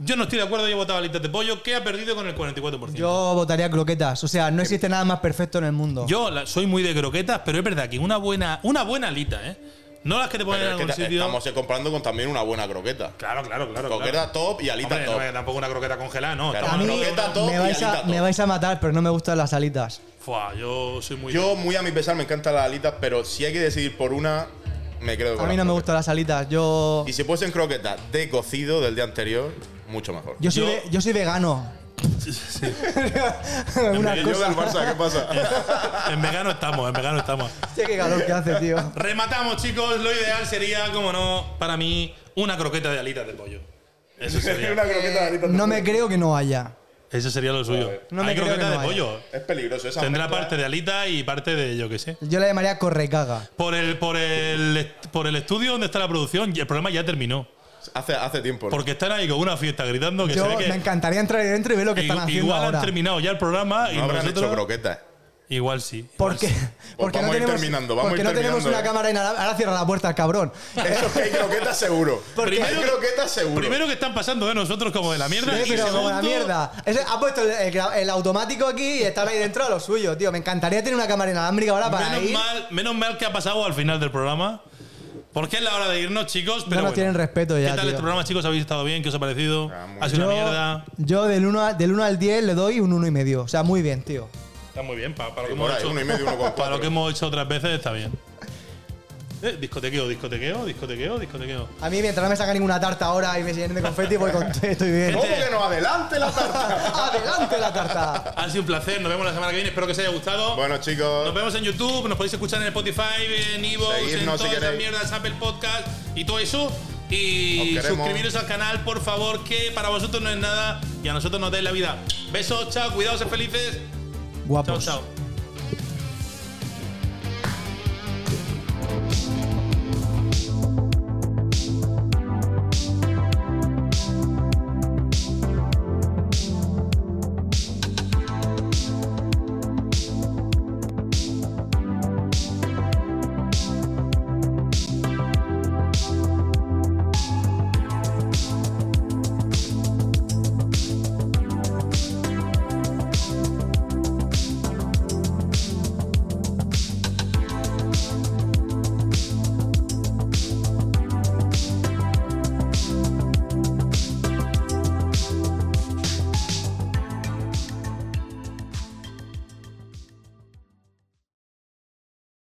Yo no estoy de acuerdo, yo he votado alitas de pollo, que ha perdido con el 44%.
Yo votaría croquetas. O sea, no existe nada más perfecto en el mundo.
Yo la- soy muy de croquetas, pero es verdad que una buena, una buena alita, ¿eh? No las que te
Pero
ponen en
es que
algún
ta-
sitio.
estamos eh, comparando con también una buena croqueta.
Claro, claro, claro.
Croqueta
claro.
top y alita
Hombre,
top.
no es tampoco una croqueta congelada, no.
Claro.
a
Estamos
mí
en una-
croqueta top
me
y
vais,
alita
a,
top.
me vais a matar, pero no me gustan las alitas.
Fua, yo soy muy.
Yo, muy a mi pesar, me encantan las alitas, pero si hay que decidir por una, me quedo
A
con
mí
las
no
croquetas.
me gustan las alitas. Yo.
Y si fuesen croquetas de cocido del día anterior, mucho mejor.
Yo soy,
Yo-
ve- yo
[laughs]
soy vegano.
[laughs]
Una
Yo
cosa.
del Barça, ¿qué [laughs] pasa?
En vegano estamos, en vegano estamos.
Hostia, qué calor que hace, tío.
Rematamos, chicos. Lo ideal sería, como no, para mí, una croqueta de alitas de pollo.
[laughs]
Eso [laughs] sería,
una croqueta de alitas.
No me creo que no haya.
eso sería lo suyo.
No me
Hay
creo que
croquetas
no
de
haya.
pollo.
Es peligroso esa.
Tendrá
mezcla.
parte de alita y parte de yo qué sé.
Yo la llamaría correcaga.
Por el, por el, est- por el estudio donde está la producción, y el programa ya terminó.
Hace, hace tiempo. ¿no?
Porque están ahí con una fiesta gritando que
Yo
se ve que.
me encantaría entrar ahí dentro y ver lo que
igu-
están haciendo
igual
ahora.
han terminado ya el programa y
no habrán
nosotros- [laughs]
hecho croquetas.
Igual sí.
Porque,
pues
porque
vamos
no
a ir
tenemos,
terminando, vamos a
porque
ir
no tenemos
terminando,
una
eh.
cámara inalámbrica. Ahora cierra la puerta, el
[laughs]
cabrón.
Eso es que hay croqueta seguro.
Porque-
Primero hay croqueta seguro.
Primero que están pasando de nosotros como de la mierda.
Sí,
y
pero como la
segundo-
mierda. Ese- ha puesto el, el gra- el automático aquí y están ahí dentro a lo suyo, tío. Me encantaría tener una cámara inalámbrica ahora para
Menos
ir.
mal, menos mal que ha pasado al final del programa. Porque es la hora de irnos, chicos. Pero
nos
bueno.
tienen respeto ya,
¿Qué tal
tío.
este programa, chicos? ¿Habéis estado bien? ¿Qué os ha parecido?
Ah, muy
ha sido
Yo,
una mierda.
yo del 1 del uno al 10 le doy un 1,5. y medio. O sea, muy bien, tío.
Está muy bien. Para, para lo,
Sí,
que
por
hemos
ahí,
hecho,
uno y medio, uno con
para lo
cuatro.
que hemos hecho otras veces, está bien. Eh, discotequeo, discotequeo, discotequeo, discotequeo.
A mí mientras no me saca ninguna tarta ahora y me llenen de confeti, voy [laughs] contento y
[laughs]
bien. ¡Oh,
¿Cómo que no? Adelante la tarta.
¡Adelante la tarta!
Ha sido un placer. Nos vemos la semana que viene. Espero que os haya gustado.
bueno, chicos.
Nos vemos en YouTube, nos podéis escuchar en Spotify, en Evo, en
Seguidnos
todas
si
esas
queréis.
mierdas, Apple Podcast y todo eso. Y
Os queremos.
suscribiros al canal, por favor, que para vosotros no es nada y a nosotros nos dais la vida. Besos, chao, cuidaos, sed felices. Chao,
Guapos.
chao.